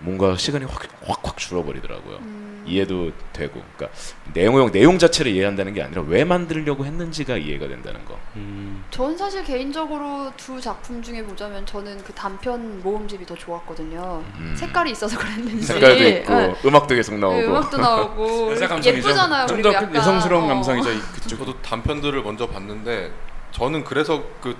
Speaker 2: 뭔가 시간이 확 확 확 줄어버리더라고요.
Speaker 3: 음,
Speaker 2: 이해도 되고, 그러니까 내용 내용 자체를 이해한다는 게 아니라 왜 만들려고 했는지가 이해가 된다는 거.
Speaker 5: 음.
Speaker 3: 전 사실 개인적으로 두 작품 중에 보자면 저는 그 단편 모음집이 더 좋았거든요.
Speaker 2: 음.
Speaker 3: 색깔이 있어서 그랬는지.
Speaker 2: 색깔도 있고
Speaker 3: 네.
Speaker 2: 음악도 계속
Speaker 3: 네,
Speaker 2: 나오고.
Speaker 3: 음악도 나오고
Speaker 4: 여자 감성이죠.
Speaker 3: 예쁘잖아요.
Speaker 4: 좀
Speaker 3: 그리고
Speaker 4: 더
Speaker 3: 약간
Speaker 4: 여성스러운
Speaker 3: 어.
Speaker 4: 감성이죠. 이- 그쪽.
Speaker 1: 저도 단편들을 먼저 봤는데 저는 그래서 그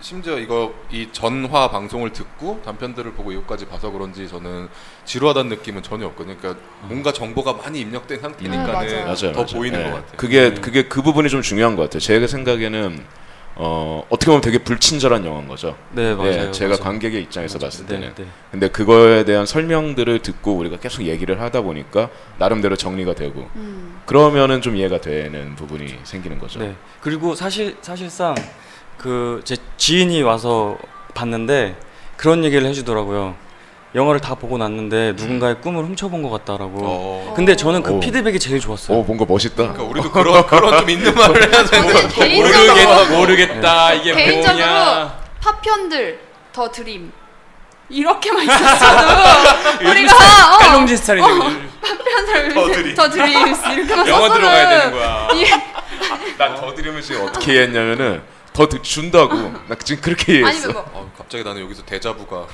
Speaker 1: 심지어 이거 이 전화 방송을 듣고 단편들을 보고 이거까지 봐서 그런지 저는 지루하다는 느낌은 전혀 없거든요. 그러니까 뭔가 정보가 많이 입력된 상태니까는
Speaker 3: 네, 맞아요.
Speaker 2: 음. 맞아요.
Speaker 1: 더
Speaker 2: 맞아요.
Speaker 1: 보이는
Speaker 2: 예.
Speaker 1: 것 같아요. 음.
Speaker 2: 그게 그게 그 부분이 좀 중요한 것 같아요. 제 생각에는 어, 어떻게 보면 되게 불친절한 영화인 거죠.
Speaker 5: 네 맞아요.
Speaker 2: 예, 제가
Speaker 5: 맞아요.
Speaker 2: 관객의 입장에서 봤을 때는.
Speaker 5: 네, 네.
Speaker 2: 근데 그거에 대한 설명들을 듣고 우리가 계속 얘기를 하다 보니까 나름대로 정리가 되고
Speaker 3: 음.
Speaker 2: 그러면은 좀 이해가 되는 부분이 생기는 거죠.
Speaker 5: 네. 그리고 사실 사실상 그 제 지인이 와서 봤는데 그런 얘기를 해주더라고요. 영화를 다 보고 났는데 누군가의 꿈을 훔쳐본 것 같다라고.
Speaker 1: 어.
Speaker 5: 근데 저는 그
Speaker 2: 오.
Speaker 5: 피드백이 제일 좋았어요.
Speaker 2: 오 뭔가 멋있다.
Speaker 1: 그러니까 우리도 그런 그런 좀 있는 말을 해야 되는데
Speaker 3: 저는 개인적으로
Speaker 4: 음.
Speaker 3: 네.
Speaker 4: 모르겠, 모르겠다 이게
Speaker 3: 개인적으로
Speaker 4: 뭐냐
Speaker 3: 파편들 더 드림 이렇게만 있었어도 우리가
Speaker 5: 아.
Speaker 3: 어,
Speaker 4: 깔롱지 스타일인데 그걸.
Speaker 3: 파편들
Speaker 1: 더 드림.
Speaker 3: 더 드림스 이렇게만
Speaker 4: 영어
Speaker 3: 썼어도
Speaker 4: 들어가야 되는 거야
Speaker 1: 예.
Speaker 2: 난더 들으면 지금 어떻게 했냐면은 더 드- 준다고. 나 지금 그렇게 이해했어.
Speaker 3: 아니면 뭐
Speaker 1: 어, 갑자기 나는 여기서 대자부가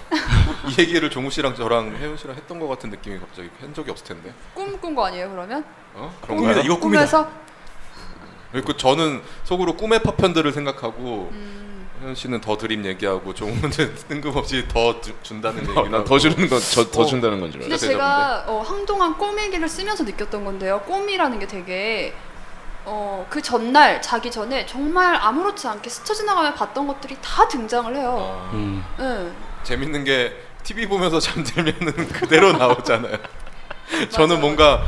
Speaker 1: 이 얘기를 종우 씨랑 저랑 혜윤 씨랑 했던 것 같은 느낌이 갑자기 한 적이 없을 텐데.
Speaker 3: 꿈 꾼 거 아니에요 그러면?
Speaker 1: 어? 그런
Speaker 4: 꿈이다
Speaker 1: 거예요?
Speaker 4: 이거 꿈이다
Speaker 3: 꿈에서
Speaker 1: 그리고 저는 속으로 꿈의 파편들을 생각하고
Speaker 3: 음,
Speaker 1: 혜연 씨는 더 드림 얘기하고 종훈은 뜬금없이 더 주- 준다는 얘기를 하고
Speaker 2: 난더 주는 건더 더
Speaker 1: 어.
Speaker 2: 준다는 건 줄 알았어.
Speaker 3: 근데 제가 어, 한동안 꿈 얘기를 쓰면서 느꼈던 건데요 꿈이라는 게 되게 어, 그 전날 자기 전에 정말 아무렇지 않게 스쳐 지나가며 봤던 것들이 다 등장을
Speaker 4: 어.
Speaker 3: 해요
Speaker 1: 아,
Speaker 5: 음.
Speaker 3: 응.
Speaker 1: 재밌는 게 TV 보면서 잠들면은 그대로 나오잖아요. 저는 뭔가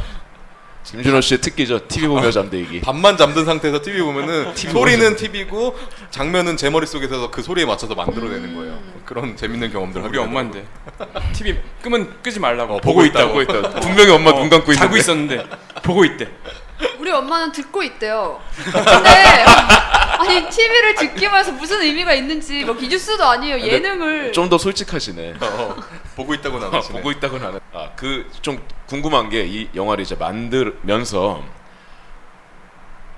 Speaker 2: 김준호 씨의 특기죠. TV 보며 잠들기.
Speaker 1: 밤만 잠든 상태에서 TV 보면은 소리는 TV고 장면은 제 머릿속에서 그 소리에 맞춰서 만들어내는 거예요.
Speaker 2: 음.
Speaker 1: 그런 재밌는 경험들
Speaker 4: 우리
Speaker 1: 하게 되더라고요.
Speaker 4: 엄마인데 TV 끄면 끄지 말라고 어,
Speaker 1: 어, 보고 있다, 보고 있다. 분명히 엄마 눈 감고 있는데.
Speaker 4: 자고 있었는데 보고 있대
Speaker 3: 우리 엄마는 듣고 있대요. 근데 아니 TV를 듣기만 해서 무슨 의미가 있는지 뭐 기뉴스도 아니에요
Speaker 2: 근데
Speaker 3: 예능을
Speaker 2: 좀 더 솔직하시네.
Speaker 1: 네. 어, 보고 있다고
Speaker 2: 아,
Speaker 1: 나가시네.
Speaker 2: 보고 있다고는 안 해. 아, 그 좀 궁금한 게 이 영화를 이제 만들면서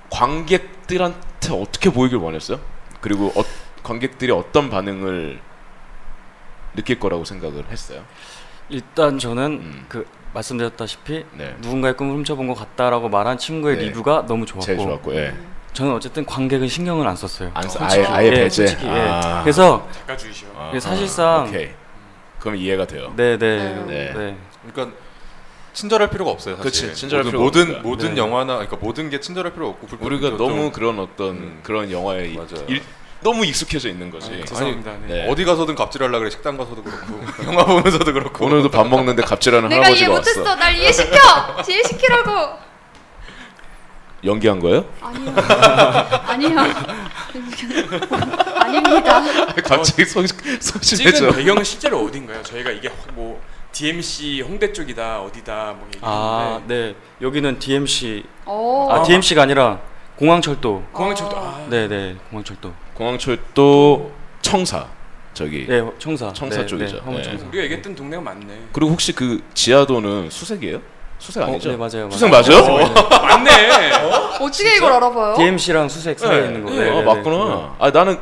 Speaker 2: 관객들한테 어떻게 보이길 원했어요? 그리고 어, 관객들이 어떤 반응을 느낄 거라고 생각을 했어요?
Speaker 5: 일단 저는
Speaker 2: 음.
Speaker 5: 그 말씀드렸다시피
Speaker 2: 네.
Speaker 5: 누군가의 꿈을 훔쳐본 것 같다라고 말한 친구의
Speaker 2: 네.
Speaker 5: 리뷰가 너무 좋았고,
Speaker 2: 제일 좋았고, 예.
Speaker 5: 저는 어쨌든 관객은 신경을 안 썼어요.
Speaker 2: 안, 써- 아예
Speaker 4: 솔직히,
Speaker 2: 아예
Speaker 5: 예,
Speaker 2: 배제.
Speaker 5: 솔직히, 예.
Speaker 2: 아.
Speaker 5: 그래서
Speaker 4: 작가주의셔
Speaker 2: 아,
Speaker 5: 이게 사실상-
Speaker 2: 오케이. 그럼 이해가 돼요.
Speaker 5: 네네
Speaker 2: 네.
Speaker 5: 네. 네.
Speaker 1: 그러니까 친절할 필요가 없어요. 사실.
Speaker 2: 그치, 친절할
Speaker 1: 모든-
Speaker 2: 필요가
Speaker 1: 모든
Speaker 2: 없다.
Speaker 1: 모든
Speaker 5: 네.
Speaker 1: 영화나 그러니까 모든 게 친절할 필요가 없고 불-
Speaker 2: 우리가
Speaker 1: 좀-
Speaker 2: 너무 그런 어떤
Speaker 1: 음.
Speaker 2: 그런 영화에 이-
Speaker 1: 맞아요.
Speaker 2: 일- 너무 익숙해져 있는 거지.
Speaker 4: 아, 죄송합니다 네.
Speaker 2: 네.
Speaker 1: 어디 가서든 갑질하려 그래 식당 가서도 그렇고 영화 보면서도 그렇고
Speaker 2: 오늘도 밥 먹는데 갑질하는
Speaker 3: 내가 이해
Speaker 2: 할아버지가 왔어.
Speaker 3: 못했어. 날 이해시켜. 이해시키라고.
Speaker 2: 연기한 거예요?
Speaker 3: 아니요. 아니요. 아닙니다.
Speaker 2: 갑자기 소,
Speaker 4: 찍은
Speaker 2: 소심해져.
Speaker 4: 배경은 실제로 어딘가요? 저희가 이게 확 뭐 DMC 홍대 쪽이다 어디다 뭐 얘기했는데
Speaker 5: 아, 네. 여기는 DMC.
Speaker 3: 오.
Speaker 5: 아, DMC가 아니라 공항철도.
Speaker 4: 공항철도 아,
Speaker 5: 네, 네. 공항철도.
Speaker 2: 공항철도 청사 저기.
Speaker 5: 네, 청사.
Speaker 2: 청사
Speaker 5: 네,
Speaker 2: 쪽이죠.
Speaker 5: 네, 화물
Speaker 2: 네.
Speaker 5: 청사.
Speaker 4: 우리가 얘기했던 동네가 맞네
Speaker 2: 그리고 혹시 그 지하도는 수색이에요? 수색 아니죠?
Speaker 5: 네, 맞아요. 네,
Speaker 2: 수색
Speaker 5: 맞아요.
Speaker 2: 맞아요?
Speaker 4: 맞네.
Speaker 3: 어떻게 이걸 알아봐요?
Speaker 2: 예?
Speaker 5: DMC랑 수색 사이에 있는 거.
Speaker 2: 네,
Speaker 5: 네, 네,
Speaker 2: 아,
Speaker 5: 네.
Speaker 2: 맞구나. 아 나는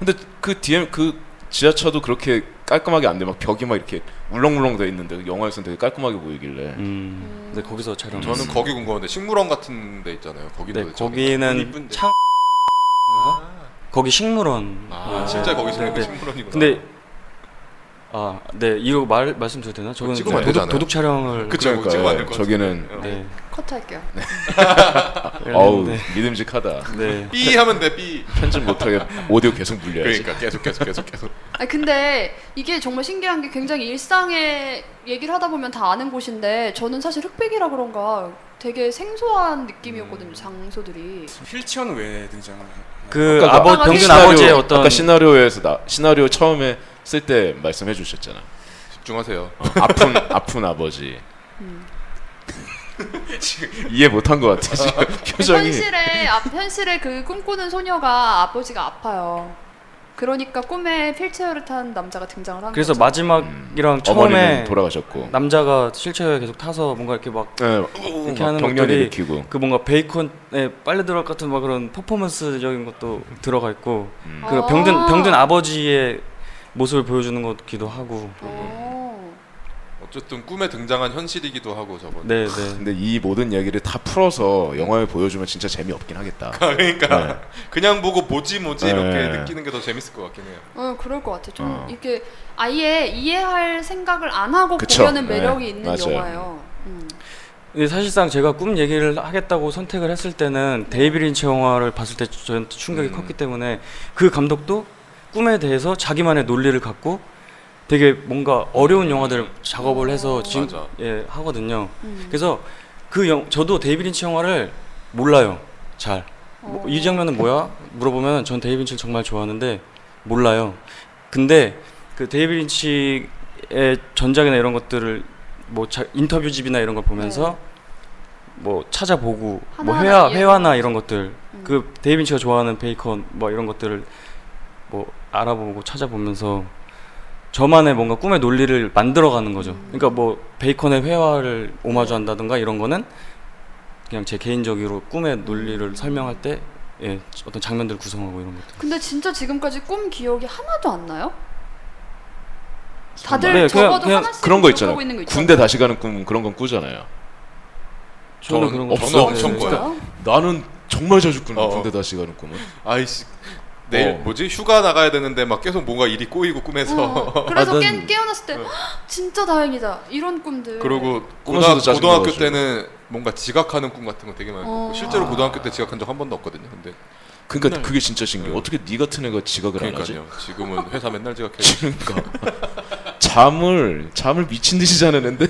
Speaker 2: 근데 그 DM 그 지하철도 그렇게 깔끔하게 안 돼. 막 벽이 막 이렇게 울렁울렁 돼 있는데 그 영화에서는 되게 깔끔하게 보이길래.
Speaker 5: 음. 근데 거기서 촬영.
Speaker 1: 저는 거기 궁금한데 식물원 같은 데 있잖아요. 거기
Speaker 5: 네,
Speaker 4: 이쁜데.
Speaker 5: 거기는 창. 거기 식물원.
Speaker 1: 아, 진짜 거기서
Speaker 5: 네,
Speaker 1: 그
Speaker 5: 네.
Speaker 1: 식물원이구나.
Speaker 5: 근데 아, 네 이거 말 말씀드려도 되나? 저건
Speaker 1: 찍으면
Speaker 5: 도둑
Speaker 1: 되잖아요.
Speaker 5: 도둑 촬영을
Speaker 1: 그쵸, 아, 그거 찍으면 안될것 같은데.
Speaker 2: 저기는
Speaker 5: 네.
Speaker 3: 컷할게요.
Speaker 2: 어우
Speaker 5: 네.
Speaker 2: 믿음직하다.
Speaker 5: 네.
Speaker 1: 삐 하면 돼 삐.
Speaker 2: 편집 못하게 오디오 계속 물려야지.
Speaker 1: 그러니까 계속 계속 계속 계속.
Speaker 3: 아 근데 이게 정말 신기한 게 굉장히 일상에 얘기를 하다 보면 다 아는 곳인데 저는 사실 흑백이라 그런가 되게 생소한
Speaker 2: 음.
Speaker 3: 느낌이었거든요 장소들이.
Speaker 4: 휠체어는 왜 등장하나요?
Speaker 5: 그
Speaker 2: 그러니까 아까
Speaker 5: 아버
Speaker 3: 그
Speaker 5: 평균
Speaker 2: 시나리오,
Speaker 5: 아버지의 어떤
Speaker 2: 아까 시나리오에서 나 시나리오 처음에 쓸 때 말씀해 주셨잖아.
Speaker 1: 집중하세요.
Speaker 2: 어, 아픈 아픈 아버지.
Speaker 3: 음.
Speaker 2: 지금 이해 못한 것 같아
Speaker 3: 어.
Speaker 2: 지금 그 표정이.
Speaker 3: 현실에 아, 현실에 그 꿈꾸는 소녀가 아버지가 아파요. 그러니까 꿈에 휠체어를 탄 남자가 등장을 하는
Speaker 5: 그래서
Speaker 3: 거죠.
Speaker 5: 마지막이랑 처음에
Speaker 2: 어머니는 돌아가셨고.
Speaker 5: 남자가 실체에 계속 타서 뭔가 이렇게 막
Speaker 2: 네,
Speaker 5: 이렇게
Speaker 2: 막
Speaker 5: 하는
Speaker 2: 경련
Speaker 5: 것들이
Speaker 2: 일으키고.
Speaker 5: 그 뭔가 베이컨에 빨래 들어갈 것 같은 막 그런 퍼포먼스적인 것도 들어가 있고
Speaker 2: 음.
Speaker 5: 그
Speaker 3: 아.
Speaker 5: 병든 병든 아버지의 모습을 보여주는 것기도 하고
Speaker 3: 어.
Speaker 1: 어쨌든 꿈에 등장한 현실이기도 하고 저번.
Speaker 5: 네네
Speaker 2: 근데 이 모든 얘기를 다 풀어서 영화에 보여주면 진짜 재미없긴 하겠다.
Speaker 1: 그러니까
Speaker 2: 네.
Speaker 1: 그냥 보고 뭐지 뭐지 이렇게
Speaker 2: 네.
Speaker 1: 느끼는 게 더 재밌을 것 같긴 해요.
Speaker 3: 어, 그럴 것 같아요. 좀
Speaker 2: 어.
Speaker 3: 이렇게 아예 이해할 생각을 안 하고
Speaker 2: 그쵸.
Speaker 3: 보면은
Speaker 2: 네,
Speaker 3: 매력이 있는
Speaker 2: 맞아요.
Speaker 3: 영화예요. 음.
Speaker 5: 근데 사실상 제가 꿈 얘기를 하겠다고 선택을 했을 때는 데이비 린치 영화를 봤을 때 저는 충격이
Speaker 1: 음.
Speaker 5: 컸기 때문에 그 감독도 꿈에 대해서 자기만의 논리를 갖고 되게 뭔가 어려운 영화들을 작업을 해서 지금
Speaker 1: 어, 맞아.
Speaker 5: 예 하거든요.
Speaker 3: 음.
Speaker 5: 그래서 그 영, 저도 데이비 린치 영화를 몰라요. 잘. 뭐,
Speaker 3: 어.
Speaker 5: 이 장면은 뭐야? 물어보면 전 데이비 린치를 정말 좋아하는데 몰라요. 근데 그 데이비 린치의 전작이나 이런 것들을 뭐 자, 인터뷰집이나 이런 걸 보면서 뭐 찾아보고 뭐
Speaker 3: 하나하나
Speaker 5: 회화
Speaker 3: 이해하고.
Speaker 5: 회화나 이런 것들
Speaker 3: 음.
Speaker 5: 그 데이비 린치가 좋아하는 베이컨 뭐 이런 것들을 뭐 알아보고 찾아보면서 저만의 뭔가 꿈의 논리를 만들어가는 거죠.
Speaker 3: 음.
Speaker 5: 그러니까 뭐 베이컨의 회화를
Speaker 3: 네.
Speaker 5: 오마주한다든가 이런 거는 그냥 제 개인적으로 꿈의
Speaker 3: 음.
Speaker 5: 논리를 설명할 때 예, 어떤 장면들 을 구성하고 이런 것들.
Speaker 3: 근데 진짜 지금까지 꿈 기억이 하나도 안 나요? 다들
Speaker 5: 네, 그냥-
Speaker 3: 적어도
Speaker 5: 그냥
Speaker 3: 하나씩
Speaker 2: 그런 거
Speaker 3: 기억하고
Speaker 2: 있잖아요.
Speaker 3: 있는 거 있죠?
Speaker 2: 군대 다시 가는 꿈 그런 건 꾸잖아요.
Speaker 1: 저는
Speaker 5: 거
Speaker 2: 없어.
Speaker 5: 없어요.
Speaker 1: 엄청
Speaker 5: 네.
Speaker 1: 꿔요.
Speaker 3: 진짜요?
Speaker 2: 나는 정말 자주 꾸는
Speaker 1: 어.
Speaker 2: 군대 다시 가는 꿈은.
Speaker 1: 아이씨 내일
Speaker 2: 어.
Speaker 1: 뭐지 휴가 나가야 되는데 막 계속 뭔가 일이 꼬이고 꿈에서
Speaker 3: 어, 그래서
Speaker 2: 아, 난-
Speaker 3: 깨, 깨어났을 때 "헉, 진짜 다행이다 이런
Speaker 2: 네.
Speaker 3: 꿈들
Speaker 1: 그리고 고등,
Speaker 2: 꿈에서도 짜증
Speaker 1: 고등학교
Speaker 2: 나가지고. 아.
Speaker 1: 때는 뭔가 지각하는 꿈 같은 거 되게 많이 꿨고
Speaker 3: 어.
Speaker 1: 실제로 고등학교 때 지각한 적 한 번도 없거든요. 근데
Speaker 2: 그러니까 그게 진짜 신기해. 어떻게 네 같은 애가 지각을 안 하지?
Speaker 1: 그러니까요. 지금은 회사 맨날 지각해.
Speaker 2: 그러니까 잠을 잠을 미친 듯이 자는 애인데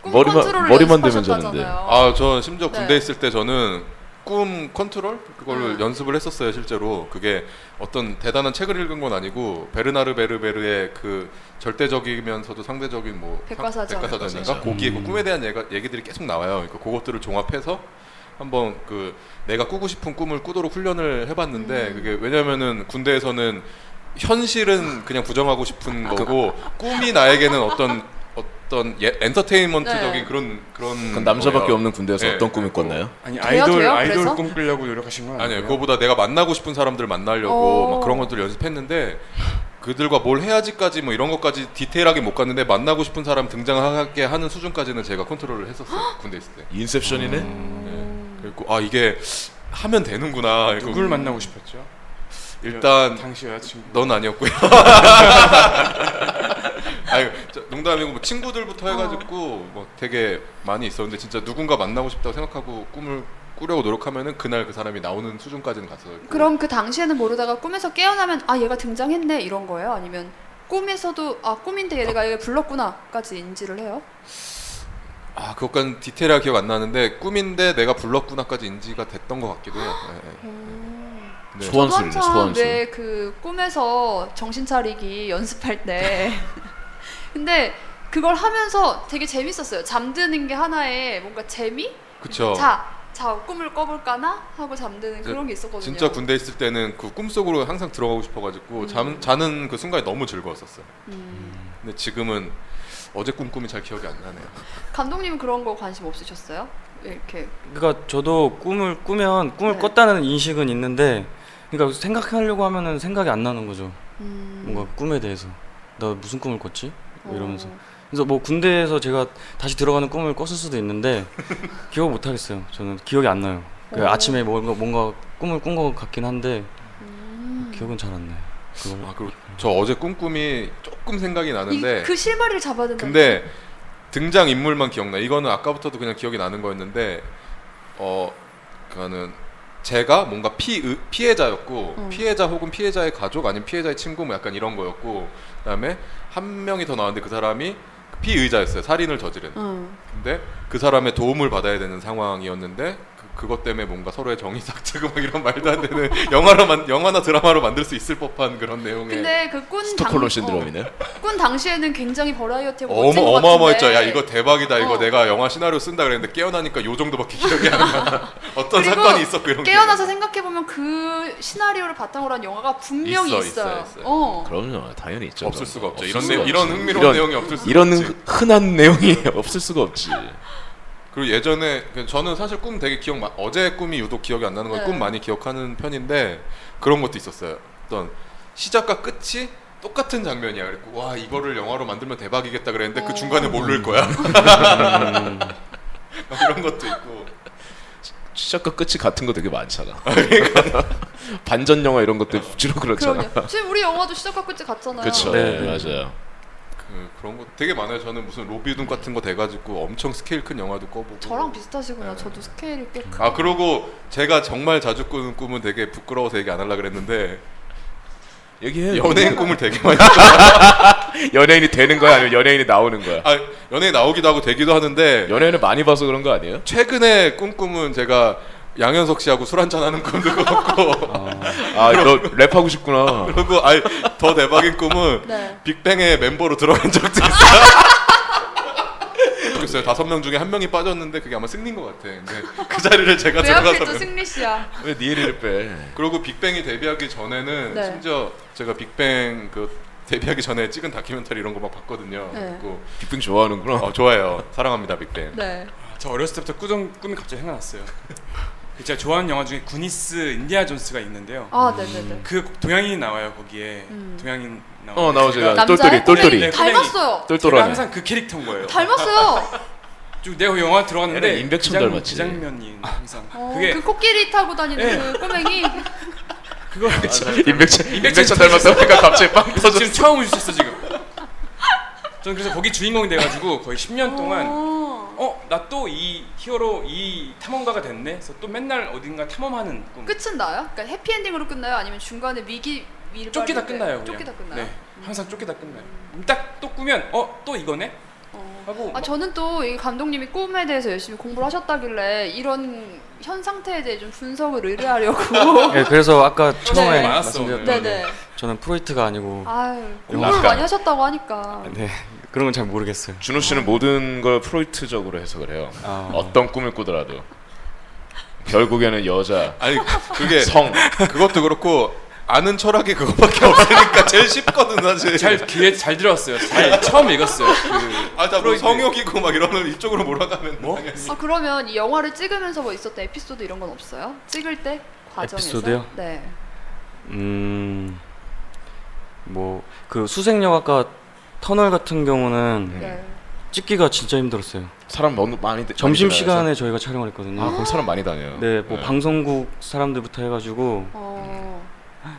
Speaker 3: 꿈
Speaker 2: 머리만
Speaker 3: 컨트롤을
Speaker 2: 머리만 되면
Speaker 3: 연습하셨다잖아요.
Speaker 2: 자는데.
Speaker 1: 아, 저 심지어 군대
Speaker 3: 그렇죠. 네.
Speaker 1: 있을 때 저는 꿈 컨트롤 그걸
Speaker 3: 음.
Speaker 1: 연습을 했었어요 실제로 그게 어떤 대단한 책을 읽은 건 아니고 베르나르 베르베르의 그 절대적이면서도 상대적인 뭐 상-
Speaker 3: 백과사전.
Speaker 1: 백과사전인가
Speaker 2: 백과사전.
Speaker 1: 거기에 그
Speaker 5: 음.
Speaker 1: 꿈에 대한 얘가, 얘기들이 계속 나와요 그러니까 그것들을 종합해서 한번 그 내가 꾸고 싶은 꿈을 꾸도록 훈련을 해봤는데
Speaker 3: 음.
Speaker 1: 그게 왜냐면은 군대에서는 현실은 그냥 부정하고 싶은 거고 꿈이 나에게는 어떤 어떤 예, 엔터테인먼트적인
Speaker 3: 네.
Speaker 1: 그런 그런
Speaker 2: 그 남자밖에
Speaker 1: 거예요.
Speaker 2: 없는 군대에서
Speaker 1: 네.
Speaker 2: 어떤 꿈을 꿨나요?
Speaker 4: 아니
Speaker 3: 돼요,
Speaker 4: 아이돌
Speaker 3: 돼요?
Speaker 4: 아이돌
Speaker 3: 그래서?
Speaker 4: 꿈꾸려고 노력하신 건
Speaker 1: 음. 아니요
Speaker 4: 아니에요?
Speaker 1: 그거보다 내가 만나고 싶은 사람들 만나려고
Speaker 3: 어.
Speaker 1: 막 그런 것들 연습했는데 그들과 뭘 해야지까지 뭐 이런 것까지 디테일하게 못 갔는데 만나고 싶은 사람 등장하게 하는 수준까지는 제가 컨트롤을 했었어요 군대 있을 때
Speaker 2: 인셉션이네.
Speaker 1: 네. 그리고 아 이게 하면 되는구나 이거
Speaker 4: 누굴 만나고 싶었죠?
Speaker 1: 일단
Speaker 4: 당시 여자친구.
Speaker 1: 넌 아니었고요. 아유, 저 농담이고 뭐
Speaker 3: 어.
Speaker 1: 친구들부터 해가지고 뭐 되게 많이 있었는데 진짜 누군가 만나고 싶다고 생각하고 꿈을 꾸려고 노력하면은 그날 그 사람이 나오는 수준까지는 갔어요.
Speaker 3: 그럼 그 당시에는 모르다가 꿈에서 깨어나면 아 얘가 등장했네 이런 거예요? 아니면 꿈에서도 아 꿈인데 얘가 얘 불렀구나까지 인지를 해요?
Speaker 1: 아 그것까지 디테일하게 기억 안 나는데 꿈인데 내가 불렀구나까지 인지가 됐던 것 같기도 해요. 예, 예. 네.
Speaker 3: 저도
Speaker 2: 음. 소환술이네
Speaker 3: 한참
Speaker 2: 소환술.
Speaker 3: 그렇죠. 왜 그 꿈에서 정신 차리기 연습할 때 근데 그걸 하면서 되게 재밌었어요. 잠드는 게 하나의 뭔가 재미?
Speaker 1: 그쵸.
Speaker 3: 자 자 꿈을 꿔볼까나 하고 잠드는 그런 게 있었거든요.
Speaker 1: 진짜 군대 있을 때는 그 꿈속으로 항상 들어가고 싶어가지고 잠 자는 그 순간이 너무 즐거웠었어요.
Speaker 3: 음.
Speaker 1: 근데 지금은 어제 꿈꿈이 잘 기억이 안 나네요.
Speaker 3: 감독님은 그런 거 관심 없으셨어요? 이렇게
Speaker 5: 그러니까 저도 꿈을 꾸면 꿈을
Speaker 3: 네.
Speaker 5: 꿨다는 인식은 있는데 그러니까 생각하려고 하면은 생각이 안 나는 거죠.
Speaker 3: 음.
Speaker 5: 뭔가 꿈에 대해서 나 무슨 꿈을 꿨지? 이러면서
Speaker 3: 어.
Speaker 5: 그래서 뭐 군대에서 제가 다시 들어가는 꿈을 꿨을 수도 있는데 기억 못 하겠어요. 저는 기억이 안 나요. 그
Speaker 3: 어.
Speaker 5: 아침에 뭔가 뭔가 꿈을 꾼 것 같긴 한데
Speaker 3: 음.
Speaker 5: 기억은 잘 안 나요. 그걸
Speaker 1: 아 그리고 저 어제 꿈꿈이 조금 생각이 나는데
Speaker 3: 이, 그 실마리를 잡아야 된다.
Speaker 1: 근데 등장 인물만 기억나. 이거는 아까부터도 그냥 기억이 나는 거였는데 어 그거는 제가 뭔가 피 피해자였고
Speaker 3: 음.
Speaker 1: 피해자 혹은 피해자의 가족 아니면 피해자의 친구 뭐 약간 이런 거였고 그다음에 한 명이 더 나왔는데 그 사람이 피의자였어요. 살인을 저지른.
Speaker 3: 음.
Speaker 1: 근데 그 사람의 도움을 받아야 되는 상황이었는데 그, 그것 때문에 뭔가 서로의 정이 삭제고 막 이런 말도 안 되는 영화로 만, 영화나 드라마로 만들 수 있을 법한 그런 내용의
Speaker 3: 근데 그꾼 어,
Speaker 2: 스톡홀름 신드롬이네.
Speaker 3: 꾼 당시에는 굉장히 버라이어티하고
Speaker 1: 어마
Speaker 3: 멋진 것
Speaker 1: 어마어마했죠.
Speaker 3: 같은데.
Speaker 1: 야 이거 대박이다. 이거
Speaker 3: 어.
Speaker 1: 내가 영화 시나리오 쓴다 그랬는데 깨어나니까 요 정도밖에 기억이 안 나. 어떤
Speaker 3: 그리고
Speaker 1: 사건이 있었고 이런 게.
Speaker 3: 깨어나서 생각해 보면 그 시나리오를 바탕으로 한 영화가 분명히
Speaker 1: 있어,
Speaker 3: 있어,
Speaker 1: 있어요,
Speaker 3: 요
Speaker 1: 있어요.
Speaker 3: 어.
Speaker 2: 그럼요, 당연히 있죠.
Speaker 1: 없을 수가 없죠. 이런
Speaker 2: 없을
Speaker 1: 내,
Speaker 2: 수가
Speaker 1: 이런
Speaker 2: 없지.
Speaker 1: 흥미로운
Speaker 2: 이런-
Speaker 1: 내용이 없을 수가
Speaker 2: 이런
Speaker 1: 없지.
Speaker 2: 흔- 흔한 내용이 없을 수가 없지.
Speaker 1: 그리고 예전에 그 저는 사실 꿈 되게 기억 마- 어제 꿈이 유독 기억이 안 나는 건
Speaker 3: 네.
Speaker 1: 꿈 많이 기억하는 편인데 그런 것도 있었어요. 어떤 시작과 끝이 똑같은 장면이야. 그리고 와 이거를 영화로 만들면 대박이겠다 그랬는데
Speaker 3: 어.
Speaker 1: 그 중간에 모를 거야.
Speaker 2: 음.
Speaker 1: 그런 것도 있고.
Speaker 2: 시작과 끝이 같은 거 되게 많잖아.
Speaker 1: 그러니까.
Speaker 2: 반전 영화 이런 것들 주로
Speaker 1: 그렇죠.
Speaker 2: 그렇잖아.
Speaker 3: 그럼요. 지금 우리 영화도 시작과 끝이 같잖아요.
Speaker 2: 그렇죠,
Speaker 5: 네, 네.
Speaker 2: 맞아요.
Speaker 1: 그, 그런 거 되게 많아요. 저는 무슨 로비둠 같은 거 돼가지고 엄청 스케일 큰 영화도 꿔보고.
Speaker 3: 저랑 비슷하시구나.
Speaker 1: 네.
Speaker 3: 저도 스케일이 꽤 크.
Speaker 1: 아 그러고 제가 정말 자주 꾸는 꿈은 되게 부끄러워서 얘기 안 하려 그랬는데
Speaker 2: 얘기해.
Speaker 1: 연예인 꿈을 되게 많이
Speaker 2: 연예인이 되는 거야 아니면 연예인이 나오는 거야?
Speaker 1: 아 연예인 나오기도 하고 되기도 하는데
Speaker 2: 연예인을 많이 봐서 그런 거 아니에요?
Speaker 1: 최근에 꿈 꿈은 제가 양현석 씨하고 술 한잔 하는 꿈도 꿨고
Speaker 2: 아 너 랩하고 싶구나.
Speaker 1: 그리고 아이 더 대박인 꿈은
Speaker 3: 네.
Speaker 1: 빅뱅의 멤버로 들어간 적도 있어요. 그랬어요. 다섯 명 중에 한 명이 빠졌는데 그게 아마 승리인 것 같아. 근데 그 자리를 제가
Speaker 3: 왜 하필 또
Speaker 1: 들어가서
Speaker 3: 승리 씨야.
Speaker 2: 왜 니엘이를 빼?
Speaker 1: 그리고 빅뱅이 데뷔하기 전에는
Speaker 3: 네.
Speaker 1: 심지어 제가 빅뱅 그 데뷔하기 전에 찍은 다큐멘터리 이런 거 막 봤거든요.
Speaker 3: 네.
Speaker 1: 그리고
Speaker 2: 빅뱅 좋아하는구나.
Speaker 1: 어, 좋아요. 사랑합니다 빅뱅.
Speaker 3: 네.
Speaker 4: 아, 저 어렸을 때부터 꾸던 꿈이 갑자기 생각났어요. 그 제가 좋아하는 영화 중에 구니스 인디아 존스가 있는데요.
Speaker 3: 아, 네, 네,
Speaker 1: 음.
Speaker 3: 네.
Speaker 4: 그 동양인이 나와요 거기에
Speaker 3: 음.
Speaker 4: 동양인 나와요.
Speaker 2: 어, 나오세요.
Speaker 4: 제가
Speaker 2: 똘똘이,
Speaker 3: 남자의
Speaker 2: 똘똘이.
Speaker 1: 네,
Speaker 3: 꼬맹이. 닮았어요.
Speaker 4: 제가
Speaker 2: 똘똘하네.
Speaker 4: 항상 그 캐릭터인 거예요.
Speaker 3: 닮았어요.
Speaker 4: 쭉 내가 그 영화
Speaker 2: 얘네
Speaker 4: 들어갔는데
Speaker 2: 임백천
Speaker 4: 그 장-
Speaker 2: 닮았지.
Speaker 4: 그 장면이 항상
Speaker 3: 어,
Speaker 4: 그게 네.
Speaker 3: 그 코끼리 타고 다니는 그 꼬맹이.
Speaker 4: 그거
Speaker 2: 임백천 임백천
Speaker 4: 임백천
Speaker 2: 닮았다 보니까 갑자기 빵
Speaker 4: 지금
Speaker 2: 터졌어.
Speaker 4: 처음 오셨어 지금. 저는 그래서 거기 주인공이 돼가지고 거의 10년 동안
Speaker 3: 어.
Speaker 4: 어 나 또 이 히어로 이 탐험가가 됐네. 그래서 또 맨날 어딘가 탐험하는 꿈.
Speaker 3: 끝은 나요? 그러니까 해피엔딩으로 끝나요? 아니면 중간에 위기 위를
Speaker 4: 쫓기다
Speaker 3: 빠질 때
Speaker 4: 끝나요. 그냥.
Speaker 3: 쫓기다 끝나요? 음.
Speaker 4: 네, 항상 쫓기다 끝나요. 딱 또 꾸면 어 또 이거네
Speaker 3: 어.
Speaker 4: 하고
Speaker 3: 아
Speaker 4: 막
Speaker 3: 저는 또 이 감독님이 꿈에 대해서 열심히 공부를 하셨다길래 이런 현 상태에 대해 좀 분석을
Speaker 4: 음,
Speaker 3: 의뢰하려고.
Speaker 5: 예, 그래서 아까 처음에
Speaker 4: 많았어,
Speaker 5: 말씀드렸던
Speaker 4: 오늘.
Speaker 3: 네네.
Speaker 5: 저는 프로이트가 아니고
Speaker 3: 아유 공부를
Speaker 2: 공부할까요?
Speaker 3: 많이 하셨다고 하니까.
Speaker 5: 네 그런 건 잘 모르겠어요.
Speaker 2: 준호 씨는 모든 걸 프로이트적으로 해석을 해요.
Speaker 5: 아.
Speaker 2: 어떤 꿈을 꾸더라도 결국에는 여자,
Speaker 1: 아니 그게
Speaker 2: 성.
Speaker 1: 그것도 그렇고 아는 철학이 그것밖에 없으니까 제일 쉽거든 사실.
Speaker 4: 잘 귀에 잘 들어왔어요. 잘 처음 읽었어요. 그
Speaker 1: 아자 뭐
Speaker 4: 프로이드.
Speaker 1: 성욕이고 막 이러면 이쪽으로 몰아가면 뭐?
Speaker 3: 아 그러면 이 영화를 찍으면서 뭐 있었던 에피소드 이런 건 없어요? 찍을 때 과정에서.
Speaker 5: 에피소드요?
Speaker 3: 네.
Speaker 5: 음, 뭐 그 수색역 아까 터널 같은 경우는
Speaker 3: 네.
Speaker 5: 찍기가 진짜 힘들었어요.
Speaker 2: 사람 너무 많이 다-
Speaker 5: 점심
Speaker 2: 많이 다녀서.
Speaker 5: 시간에 저희가 촬영을 했거든요.
Speaker 2: 아 거기 사람 많이 다녀요.
Speaker 5: 네, 뭐 방송국 사람들부터 해가지고
Speaker 3: 어.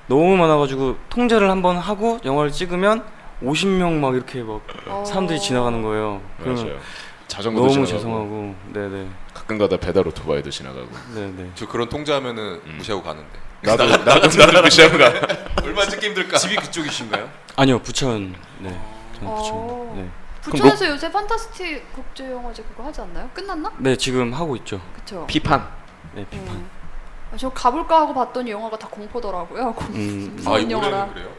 Speaker 5: 너무 많아가지고 통제를 한번 하고 영화를 찍으면 50명 막 이렇게 막
Speaker 3: 어.
Speaker 5: 사람들이 지나가는 거예요. 그러면
Speaker 2: 맞아요. 자전거도
Speaker 5: 너무
Speaker 2: 지나가고
Speaker 5: 죄송하고, 네네,
Speaker 2: 가끔가다 배달 오토바이도 지나가고
Speaker 5: 네네.
Speaker 1: 저 그런 통제하면은
Speaker 4: 음.
Speaker 1: 무시하고 가는데.
Speaker 2: 나도 나도 나도 무시하고 가.
Speaker 1: 얼마나 찍기 힘들까?
Speaker 4: 집이 그쪽이신가요?
Speaker 5: 아니요, 부천. 네, 저는
Speaker 3: 어.
Speaker 5: 부천. 네,
Speaker 3: 부천에서 요새 판타스틱 국제영화제 그거 하지 않나요? 끝났나?
Speaker 5: 네 지금 하고 있죠.
Speaker 3: 그쵸.
Speaker 2: 비판.
Speaker 5: 네, 비판.
Speaker 3: 음. 아, 저 가볼까 하고 봤더니 영화가 다 공포더라고요. 공-
Speaker 5: 음,
Speaker 1: 아
Speaker 3: 무서운 영화라.
Speaker 1: 이거는 그래요?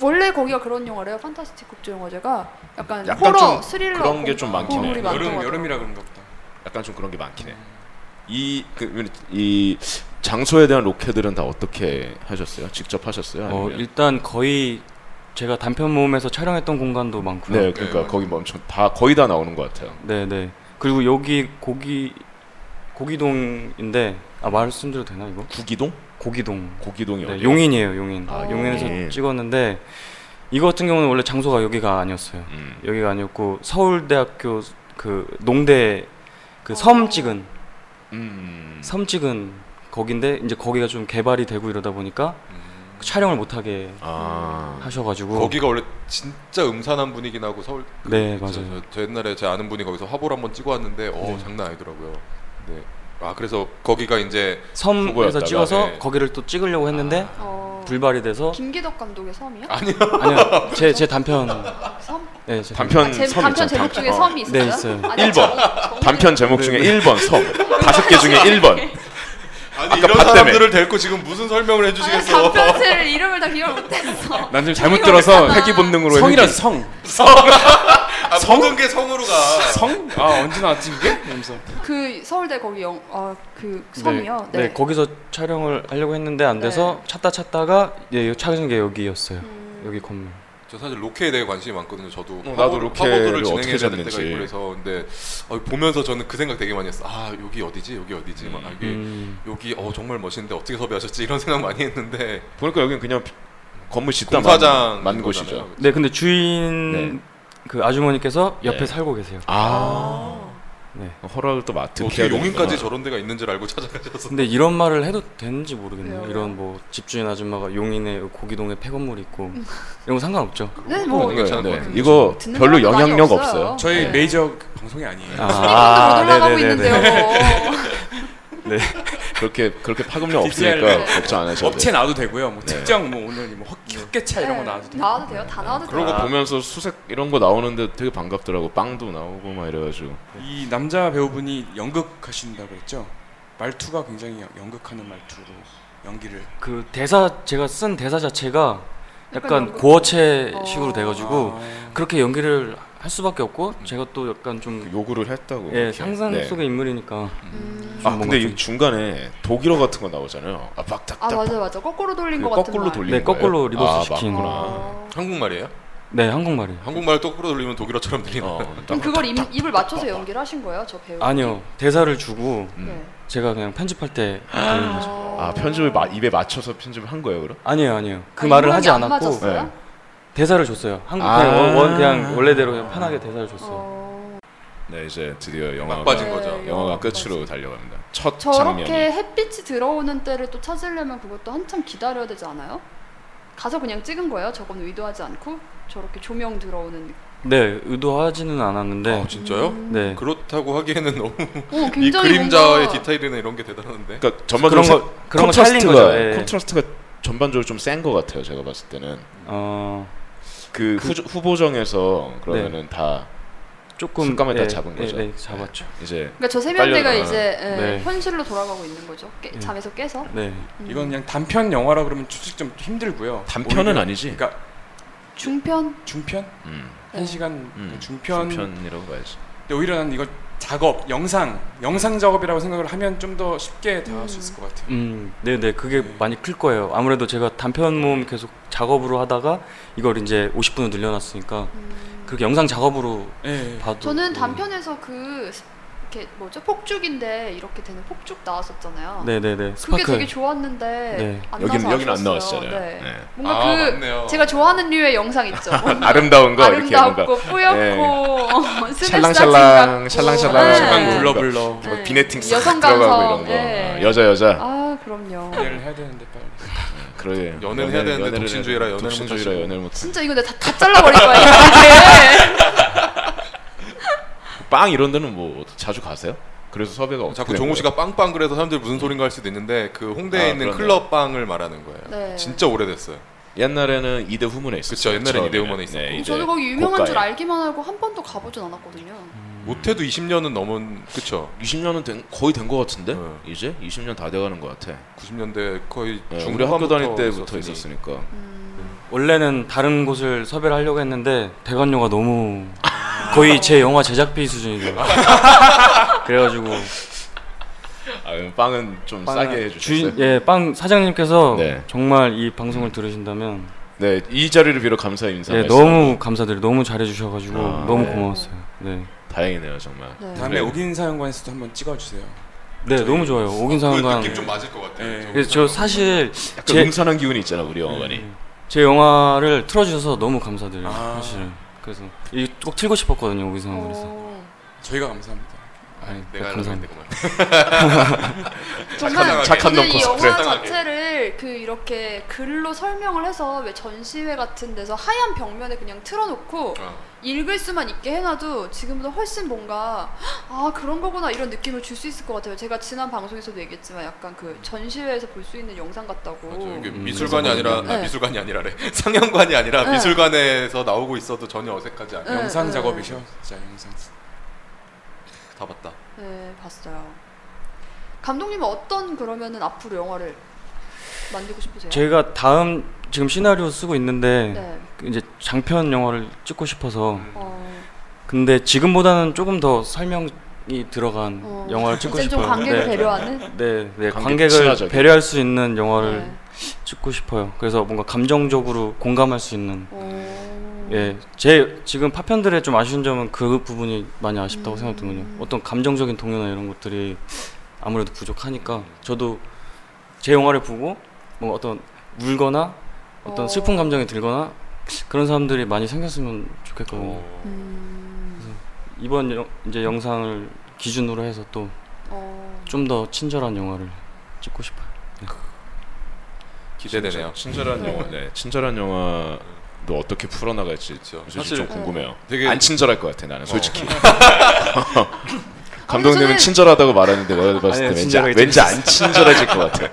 Speaker 3: 원래 거기가 그런 영화래요. 판타스틱 국제영화제가 약간,
Speaker 2: 약간
Speaker 3: 호러,
Speaker 2: 좀
Speaker 3: 스릴러
Speaker 2: 그런 게좀 많긴
Speaker 3: 어,
Speaker 2: 해요.
Speaker 3: 우리 많다고
Speaker 4: 여름
Speaker 3: 하더라고요.
Speaker 4: 여름이라 그런가 보다.
Speaker 2: 약간 좀 그런 게 많긴 해. 이, 그, 이 장소에 대한 로케들은 다 어떻게 하셨어요? 직접 하셨어요?
Speaker 5: 어,
Speaker 2: 아니면?
Speaker 5: 일단 거의 제가 단편 모음에서 촬영했던 공간도 많고요.
Speaker 2: 네, 그러니까
Speaker 1: 네.
Speaker 2: 거기 멈춰 다 거의 다 나오는 것 같아요.
Speaker 5: 네, 네. 그리고 여기 고기 고기동인데 아 말씀드려도 되나 이거?
Speaker 2: 구기동?
Speaker 5: 고기동.
Speaker 2: 고기동이
Speaker 5: 네,
Speaker 2: 어디?
Speaker 5: 용인이에요, 용인.
Speaker 3: 아,
Speaker 5: 용인에서
Speaker 2: 용인.
Speaker 5: 찍었는데 이거 같은 경우는 원래 장소가 여기가 아니었어요.
Speaker 2: 음.
Speaker 5: 여기가 아니었고 서울대학교 그 농대 그 섬 찍은
Speaker 2: 음.
Speaker 5: 섬 찍은 거긴데 이제 거기가 좀 개발이 되고 이러다 보니까
Speaker 1: 음.
Speaker 5: 촬영을 못 하게
Speaker 2: 아.
Speaker 5: 하셔가지고
Speaker 1: 거기가 원래 진짜 음산한 분위긴 하고 서울
Speaker 5: 네
Speaker 1: 저,
Speaker 5: 맞아요.
Speaker 1: 저, 저 옛날에 제 아는 분이 거기서 화보를 한번 찍어 왔는데 어
Speaker 5: 네.
Speaker 1: 장난 아니더라고요. 네. 아 그래서 거기가 이제
Speaker 5: 섬에서
Speaker 2: 후보였다가,
Speaker 5: 찍어서
Speaker 1: 네.
Speaker 5: 거기를 또 찍으려고 했는데
Speaker 3: 어,
Speaker 5: 불발이 돼서
Speaker 3: 김기덕 감독의 섬이요?
Speaker 5: 아니요 제 제 단편
Speaker 3: 섬?
Speaker 5: 네, 제
Speaker 2: 아, 단편
Speaker 3: 아, 제,
Speaker 2: 섬
Speaker 3: 단편
Speaker 2: 있잖아,
Speaker 3: 제목 중에
Speaker 2: 단편.
Speaker 3: 섬이 있어요?
Speaker 5: 네, 있어요.
Speaker 2: 일 번. 단편 제목 중에 1번 섬. 다섯 개 중에 1번.
Speaker 1: 아니
Speaker 2: 아까
Speaker 1: 이런
Speaker 2: 봤다며.
Speaker 1: 사람들을 데리고 지금 무슨 설명을 해주시겠어?
Speaker 3: 단편체를 이름을 다 기억 못했어.
Speaker 4: 난 지금 잘못
Speaker 3: 이거
Speaker 4: 들어서
Speaker 3: 어렵다.
Speaker 2: 회기 본능으로
Speaker 4: 성이라
Speaker 2: 해볼게.
Speaker 4: 성.
Speaker 1: 아, 모든 게 성으로 가.
Speaker 4: 성? 아 언제 나왔지 이게? 이러면서
Speaker 3: 그 서울대 거기 영, 어, 그 섬이요.
Speaker 5: 네. 거기서 촬영을 하려고 했는데 안 돼서 찾다 찾다가 예 요- 찾은 게 여기였어요
Speaker 3: 음.
Speaker 5: 여기 건물
Speaker 1: 저 사실 로케에 대해 관심이 많거든요. 저도
Speaker 2: 어, 나도
Speaker 1: 화보-
Speaker 2: 로케를
Speaker 1: 화보들을
Speaker 2: 어떻게
Speaker 1: 진행해야 될
Speaker 2: 잡는지.
Speaker 1: 때가 있고 그래서 근데 어, 보면서 저는 그 생각 되게 많이 했어. 아 여기 어디지? 여기 어디지? 막 아, 여기
Speaker 5: 음.
Speaker 1: 여기 어 정말 멋있는데 어떻게 섭외하셨지? 이런 생각 많이 했는데
Speaker 2: 보니까 여기는 그냥 비- 건물 짓다
Speaker 1: 공사장 어,
Speaker 2: 만 곳이죠.
Speaker 5: 네 근데 주인
Speaker 2: 네.
Speaker 5: 그 아주머니께서 옆에
Speaker 2: 네.
Speaker 5: 살고 계세요
Speaker 2: 아.
Speaker 5: 네
Speaker 2: 허락을 또 맡은
Speaker 1: 어떻게 용인까지 저런 데가 있는 줄 알고 찾아가셔서
Speaker 5: 근데 이런 말을 해도 되는지 모르겠네요
Speaker 3: 왜요?
Speaker 5: 이런 뭐 집주인 아줌마가 용인에 고기동에 폐건물이 있고 이런 거 상관없죠
Speaker 3: 네, 뭐
Speaker 1: 그거는 괜찮은 것
Speaker 2: 네.
Speaker 1: 같아요.
Speaker 2: 이거
Speaker 3: 듣는
Speaker 2: 별로
Speaker 3: 사람도 많이
Speaker 2: 영향력
Speaker 3: 없어요.
Speaker 2: 없어요.
Speaker 4: 저희
Speaker 3: 네.
Speaker 4: 메이저 방송이 아니에요.
Speaker 3: 아, 못 올라가고 있는데요. 뭐.
Speaker 2: 그렇게 그렇게 파급력
Speaker 4: DTR.
Speaker 2: 없으니까 걱정 안 하셔도
Speaker 4: 업체
Speaker 2: 돼요.
Speaker 4: 나도 되고요. 뭐 특정 뭐 오늘 뭐 헛- 헛개차 이런 거
Speaker 3: 네,
Speaker 4: 나와도 돼요.
Speaker 3: 나와도 돼요. 다 나와도 돼요.
Speaker 2: 그러고 보면서 수색 이런 거 나오는데 되게 반갑더라고. 빵도 나오고 막 이래가지고.
Speaker 4: 이 남자 배우분이 연극 하신다고 했죠? 말투가 굉장히 연- 연극하는 말투로 연기를
Speaker 5: 그 대사 제가 쓴 대사 자체가
Speaker 3: 약간
Speaker 5: 약간 고어체식으로
Speaker 3: 어.
Speaker 5: 돼가지고
Speaker 4: 아,
Speaker 5: 그렇게 연기를 할 수밖에 없고 제가 또 약간 좀
Speaker 2: 요구를 했다고.
Speaker 5: 예,
Speaker 2: 이렇게.
Speaker 5: 상상
Speaker 2: 네.
Speaker 5: 속의 인물이니까
Speaker 3: 음.
Speaker 2: 아
Speaker 5: 좀 뭔가
Speaker 2: 근데
Speaker 5: 좀-
Speaker 2: 이 중간에 독일어 같은 거 나오잖아요. 아 박닥닥.
Speaker 3: 아 맞아 맞아. 그 거꾸로 돌린 것 같은
Speaker 2: 그 거꾸로
Speaker 3: 말.
Speaker 2: 돌리는
Speaker 5: 네 거꾸로
Speaker 2: 거예요?
Speaker 5: 리버스
Speaker 2: 아,
Speaker 5: 시킨
Speaker 2: 맞구나.
Speaker 3: 어.
Speaker 1: 한국말이에요?
Speaker 5: 네 한국말이에요
Speaker 1: 한국말 똑꾸로 돌리면 독일어처럼 들리나?
Speaker 2: 어,
Speaker 3: 그럼 그걸 입, 입을 맞춰서 연기를 하신 거예요, 저 배우? 네.
Speaker 5: 아니요 대사를 주고
Speaker 2: 음.
Speaker 5: 제가 그냥 편집할 때 들은 거죠.
Speaker 2: 아 편집을 마, 입에 맞춰서 편집을 한 거예요, 그럼?
Speaker 5: 아니에요 아니에요 그
Speaker 3: 아,
Speaker 5: 말을
Speaker 3: 인물이
Speaker 5: 하지
Speaker 3: 안
Speaker 5: 않았고
Speaker 3: 맞았어요?
Speaker 2: 네.
Speaker 5: 대사를 줬어요 한국
Speaker 2: 아.
Speaker 5: 그냥 원- 원- 그냥 원래대로 그냥 편하게 대사를 줬어요
Speaker 3: 어. 네,
Speaker 2: 네 이제 드디어
Speaker 1: 막바지.
Speaker 2: 영화가
Speaker 1: 빠진 거죠.
Speaker 2: 영화가 끝으로 달려갑니다. 첫 장면이.
Speaker 3: 저렇게 햇빛이 들어오는 때를 또 찾으려면 그것도 한참 기다려야 되지 않아요? 가서 그냥 찍은 거예요? 저건 의도하지 않고 저렇게 조명 들어오는 음. 느낌.
Speaker 5: 네 의도하지는 않았는데
Speaker 1: 아 진짜요?
Speaker 5: 네
Speaker 1: 그렇다고 하기에는 너무
Speaker 3: 오,
Speaker 1: 이
Speaker 3: 굉장히
Speaker 1: 그림자의
Speaker 3: 뭔가
Speaker 1: 디테일이나 이런 게 대단한데.
Speaker 2: 그러니까 전반적으로
Speaker 5: 그런 거 그런 거 살린
Speaker 2: 컨트라스트가
Speaker 5: 거죠 예.
Speaker 2: 컨트라스트가 전반적으로 좀 센 것 같아요. 제가 봤을 때는
Speaker 5: 어
Speaker 2: 그, 후, 보정에서 그러면은 다
Speaker 5: 조금
Speaker 2: 순간에 다 잡은 거죠.
Speaker 5: 네, 네, 잡았죠
Speaker 2: 이제
Speaker 3: 그러니까 저 세면대가
Speaker 2: 빨려나.
Speaker 3: 이제 예,
Speaker 5: 네.
Speaker 3: 현실로 돌아가고 있는 거죠. 깨, 잠에서 깨서.
Speaker 5: 네
Speaker 3: 음.
Speaker 4: 이건 그냥 단편 영화라 그러면 솔직히 좀 힘들고요.
Speaker 2: 단편은
Speaker 4: 오히려-
Speaker 2: 아니지.
Speaker 4: 그러니까
Speaker 3: 중편
Speaker 4: 중편
Speaker 3: 네.
Speaker 2: 음,
Speaker 4: 한 시간 그
Speaker 2: 음,
Speaker 4: 중편.
Speaker 2: 중편이라고 봐야지.
Speaker 4: 근데 오히려 난 이거 작업 영상 영상 작업이라고 생각을 하면 좀 더 쉽게 다할 수 있을 것 같아요.
Speaker 5: 음, 네, 네, 그게
Speaker 4: 네.
Speaker 5: 많이 클 거예요. 아무래도 제가 단편 모음 계속 작업으로 하다가 이걸 이제 50분을 늘려놨으니까 그렇게 영상 작업으로
Speaker 4: 예.
Speaker 5: 봐도
Speaker 3: 음, 저는
Speaker 5: 네.
Speaker 3: 단편에서 그 스- 이렇게 뭐죠? 폭죽인데 이렇게 되는 폭죽 나왔었잖아요.
Speaker 5: 네, 네, 네,
Speaker 3: 그게
Speaker 5: 스파클.
Speaker 3: 되게 좋았는데
Speaker 5: 네.
Speaker 3: 안
Speaker 2: 여기는
Speaker 3: 나와서
Speaker 2: 여기는 안
Speaker 3: 아쉬웠어요.
Speaker 2: 나왔잖아요.
Speaker 3: 네.
Speaker 2: 네.
Speaker 3: 뭔가
Speaker 1: 아,
Speaker 3: 그
Speaker 1: 맞네요.
Speaker 3: 제가 좋아하는 류의 영상 있죠. 뭔가
Speaker 2: 아름다운 거 이렇게 뭔가
Speaker 3: 아름답고 뿌옇고
Speaker 2: 샬랑샬랑, 샬랑샬랑,
Speaker 4: 네.
Speaker 2: 샬랑
Speaker 4: 잠깐
Speaker 2: 네.
Speaker 4: 불러
Speaker 1: 그러니까
Speaker 4: 불러
Speaker 3: 네.
Speaker 2: 비네팅 싹
Speaker 3: 여성
Speaker 2: 들어가고 이런
Speaker 3: 감성,
Speaker 2: 거.
Speaker 3: 네.
Speaker 2: 어, 여자 여자.
Speaker 3: 아 그럼요.
Speaker 4: 연애를 해야 되는데 빨리.
Speaker 2: 그래.
Speaker 1: 연애를 해야 되는데 독신주의라 연애를
Speaker 2: 독신주의라
Speaker 1: 못하시고.
Speaker 2: 연애를 못.
Speaker 3: 진짜 이거 내가 다, 다 잘라버릴 거야. 이거 이제.
Speaker 2: 빵 이런 데는 뭐 자주 가세요? 그래서 섭외가 어떻게
Speaker 1: 자꾸
Speaker 2: 된
Speaker 1: 종우
Speaker 2: 거예요?
Speaker 1: 씨가 빵빵 그래서 사람들이 무슨 소린가 할 수도 있는데 그 홍대에
Speaker 2: 네. 아,
Speaker 1: 있는
Speaker 2: 그러네요.
Speaker 1: 클럽 빵을 말하는 거예요.
Speaker 3: 네.
Speaker 1: 진짜 오래됐어요.
Speaker 2: 옛날에는 이대 후문에 있었어요.
Speaker 1: 그쵸, 옛날엔 이대 후문에 있었고.
Speaker 2: 네, 이제
Speaker 3: 어, 저도 거기 유명한 줄
Speaker 2: 고가에.
Speaker 3: 알기만 하고 한 번도 가보진 않았거든요.
Speaker 1: 못해도 20년은 넘은 그쵸?
Speaker 2: 20년은 된, 거의 된 것 같은데
Speaker 1: 네.
Speaker 2: 이제 20년 다 돼가는 것 같아.
Speaker 1: 90년대 거의
Speaker 2: 네, 우리
Speaker 1: 중반
Speaker 2: 학교 다닐 때부터 있었으니까.
Speaker 5: 원래는 다른 곳을 섭외를 하려고 했는데 대관료가 너무 거의 제 영화 제작비 수준이더라고요. 그래가지고
Speaker 2: 아, 빵은 좀 싸게 해주셨어요.
Speaker 5: 주인 예 빵 사장님께서
Speaker 2: 네.
Speaker 5: 정말 이 방송을 들으신다면
Speaker 2: 네, 이 자리를 비로 감사 인사
Speaker 5: 예
Speaker 2: 말씀.
Speaker 5: 너무 감사드려요. 너무 잘해주셔가지고
Speaker 2: 아,
Speaker 5: 너무
Speaker 2: 네.
Speaker 5: 고마웠어요. 네,
Speaker 2: 다행이네요 정말.
Speaker 3: 네.
Speaker 4: 다음에 오긴 사연관에서도 한번 찍어주세요.
Speaker 5: 네 너무 좋아요. 오긴
Speaker 1: 그
Speaker 5: 상황관.
Speaker 1: 느낌 좀 맞을 것
Speaker 2: 네.
Speaker 1: 같아요.
Speaker 4: 예.
Speaker 5: 그래서 저 사실
Speaker 2: 약간
Speaker 5: 제-
Speaker 2: 음산한 기운이 있잖아 우리 영화관이.
Speaker 5: 제 영화를 틀어주셔서 너무 감사드려요.
Speaker 4: 아.
Speaker 5: 사실 그래서 이꼭 틀고 싶었거든요. 오긴 상황관에서. 네,
Speaker 3: 오.
Speaker 4: 저희가 감사합니다.
Speaker 5: 아니,
Speaker 1: 내가 하려고 했는데 그만.
Speaker 3: 정말
Speaker 2: 착한
Speaker 3: 저는
Speaker 2: 놈
Speaker 3: 이
Speaker 2: 코스프레.
Speaker 3: 영화 자체를 그 이렇게 글로 설명을 해서 왜 전시회 같은 데서 하얀 벽면에 그냥 틀어놓고
Speaker 1: 어.
Speaker 3: 읽을 수만 있게 해놔도 지금보다 훨씬 뭔가 아 그런 거구나 이런 느낌을 줄 수 있을 것 같아요. 제가 지난 방송에서도 얘기했지만 약간 그 전시회에서 볼 수 있는 영상 같다고.
Speaker 1: 맞아요. 이게
Speaker 5: 음,
Speaker 1: 미술관이 아니라 아,
Speaker 3: 네.
Speaker 1: 미술관이 아니라래 상영관이 아니라
Speaker 3: 네.
Speaker 1: 미술관에서 나오고 있어도 전혀 어색하지 않아요.
Speaker 3: 네,
Speaker 4: 영상
Speaker 3: 네.
Speaker 4: 작업이셔. 진짜 영상.
Speaker 1: 다 봤다.
Speaker 3: 네 봤어요. 감독님은 어떤 그러면은 앞으로 영화를 만들고 싶으세요?
Speaker 5: 제가 다음 지금 시나리오 쓰고 있는데
Speaker 3: 네.
Speaker 5: 그 이제 장편 영화를 찍고 싶어서
Speaker 3: 어,
Speaker 5: 근데 지금보다는 조금 더 설명이 들어간
Speaker 3: 어.
Speaker 5: 영화를 찍고
Speaker 3: 이제
Speaker 5: 싶어요.
Speaker 3: 좀 관객을
Speaker 5: 네.
Speaker 3: 배려하는.
Speaker 5: 네, 네,
Speaker 2: 관객
Speaker 5: 관객을
Speaker 2: 친화적인.
Speaker 5: 배려할 수 있는 영화를
Speaker 3: 네.
Speaker 5: 찍고 싶어요. 그래서 뭔가 감정적으로 공감할 수 있는.
Speaker 3: 네. 오.
Speaker 5: 예, 제 지금 파편들의 좀 아쉬운 점은 그 부분이 많이 아쉽다고
Speaker 3: 음.
Speaker 5: 생각되거든요. 어떤 감정적인 동요나 이런 것들이 아무래도 부족하니까 저도 제 영화를 보고 뭔가 어떤 울거나 어떤
Speaker 3: 어.
Speaker 5: 슬픈 감정이 들거나 그런 사람들이 많이 생겼으면
Speaker 2: 어.
Speaker 5: 좋겠거든요.
Speaker 1: 어.
Speaker 3: 음.
Speaker 5: 이번 영- 이제 영상을 기준으로 해서
Speaker 3: 어.
Speaker 5: 또 좀 더 친절한 영화를 찍고 싶어요. 네.
Speaker 1: 기대되네요.
Speaker 2: 친절한
Speaker 3: 네.
Speaker 2: 영화, 네, 친절한 영화도 어떻게 풀어나갈지
Speaker 1: 그렇죠.
Speaker 2: 사실
Speaker 1: 사실
Speaker 2: 좀 궁금해요.
Speaker 1: 되게-
Speaker 2: 안 친절할 것 같아 나는 솔직히.
Speaker 3: 아,
Speaker 2: 아, 감독님은
Speaker 3: 근데 저는-
Speaker 2: 친절하다고 말하는데 내가 봤을
Speaker 5: 아니요,
Speaker 2: 때 왠지,
Speaker 5: 친절하게
Speaker 2: 왠지 안 친절해질 것 같아.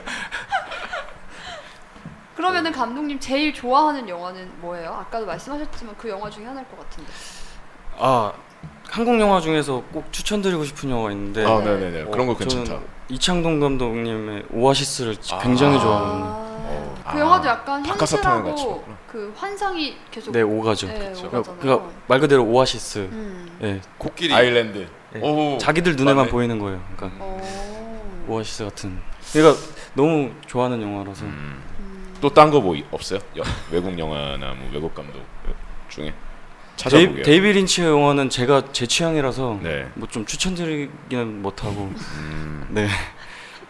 Speaker 3: 그러면은 감독님 제일 좋아하는 영화는 뭐예요? 아까도 말씀하셨지만 그 영화 중에 하나일 것 같은데.
Speaker 5: 아 한국 영화 중에서 꼭 추천드리고 싶은 영화가 있는데
Speaker 2: 아, 네, 네, 네.
Speaker 5: 어,
Speaker 2: 그런 거 괜찮다.
Speaker 5: 저는 이창동 감독님의 오아시스를 지- 굉장히 좋아하거든요.
Speaker 3: 아,
Speaker 2: 어.
Speaker 3: 그
Speaker 2: 아,
Speaker 3: 영화도 약간
Speaker 2: 박하사탕을 같이
Speaker 3: 현실하고
Speaker 2: 봤구나.
Speaker 3: 그 환상이 계속
Speaker 5: 네, 오가죠.
Speaker 3: 네,
Speaker 1: 그렇죠.
Speaker 3: 오가잖아요.
Speaker 5: 그러니까 말 그대로 오아시스.
Speaker 3: 음.
Speaker 5: 예,
Speaker 1: 어. 코끼리.
Speaker 2: 아일랜드.
Speaker 5: 네.
Speaker 1: 오.
Speaker 5: 자기들 눈에만
Speaker 1: 맞네.
Speaker 5: 보이는 거예요. 그러니까
Speaker 3: 어.
Speaker 5: 오아시스 같은. 그러니까 너무 좋아하는 영화라서.
Speaker 2: 음, 또 딴 거 뭐 없어요? 여- 외국 영화나 뭐 외국 감독 중에
Speaker 5: 데이,
Speaker 2: 찾아보게요.
Speaker 5: 데이비 린치의 영화는 제가 제 취향이라서
Speaker 2: 네. 음.
Speaker 5: 뭐 좀 추천드리기는 못하고 네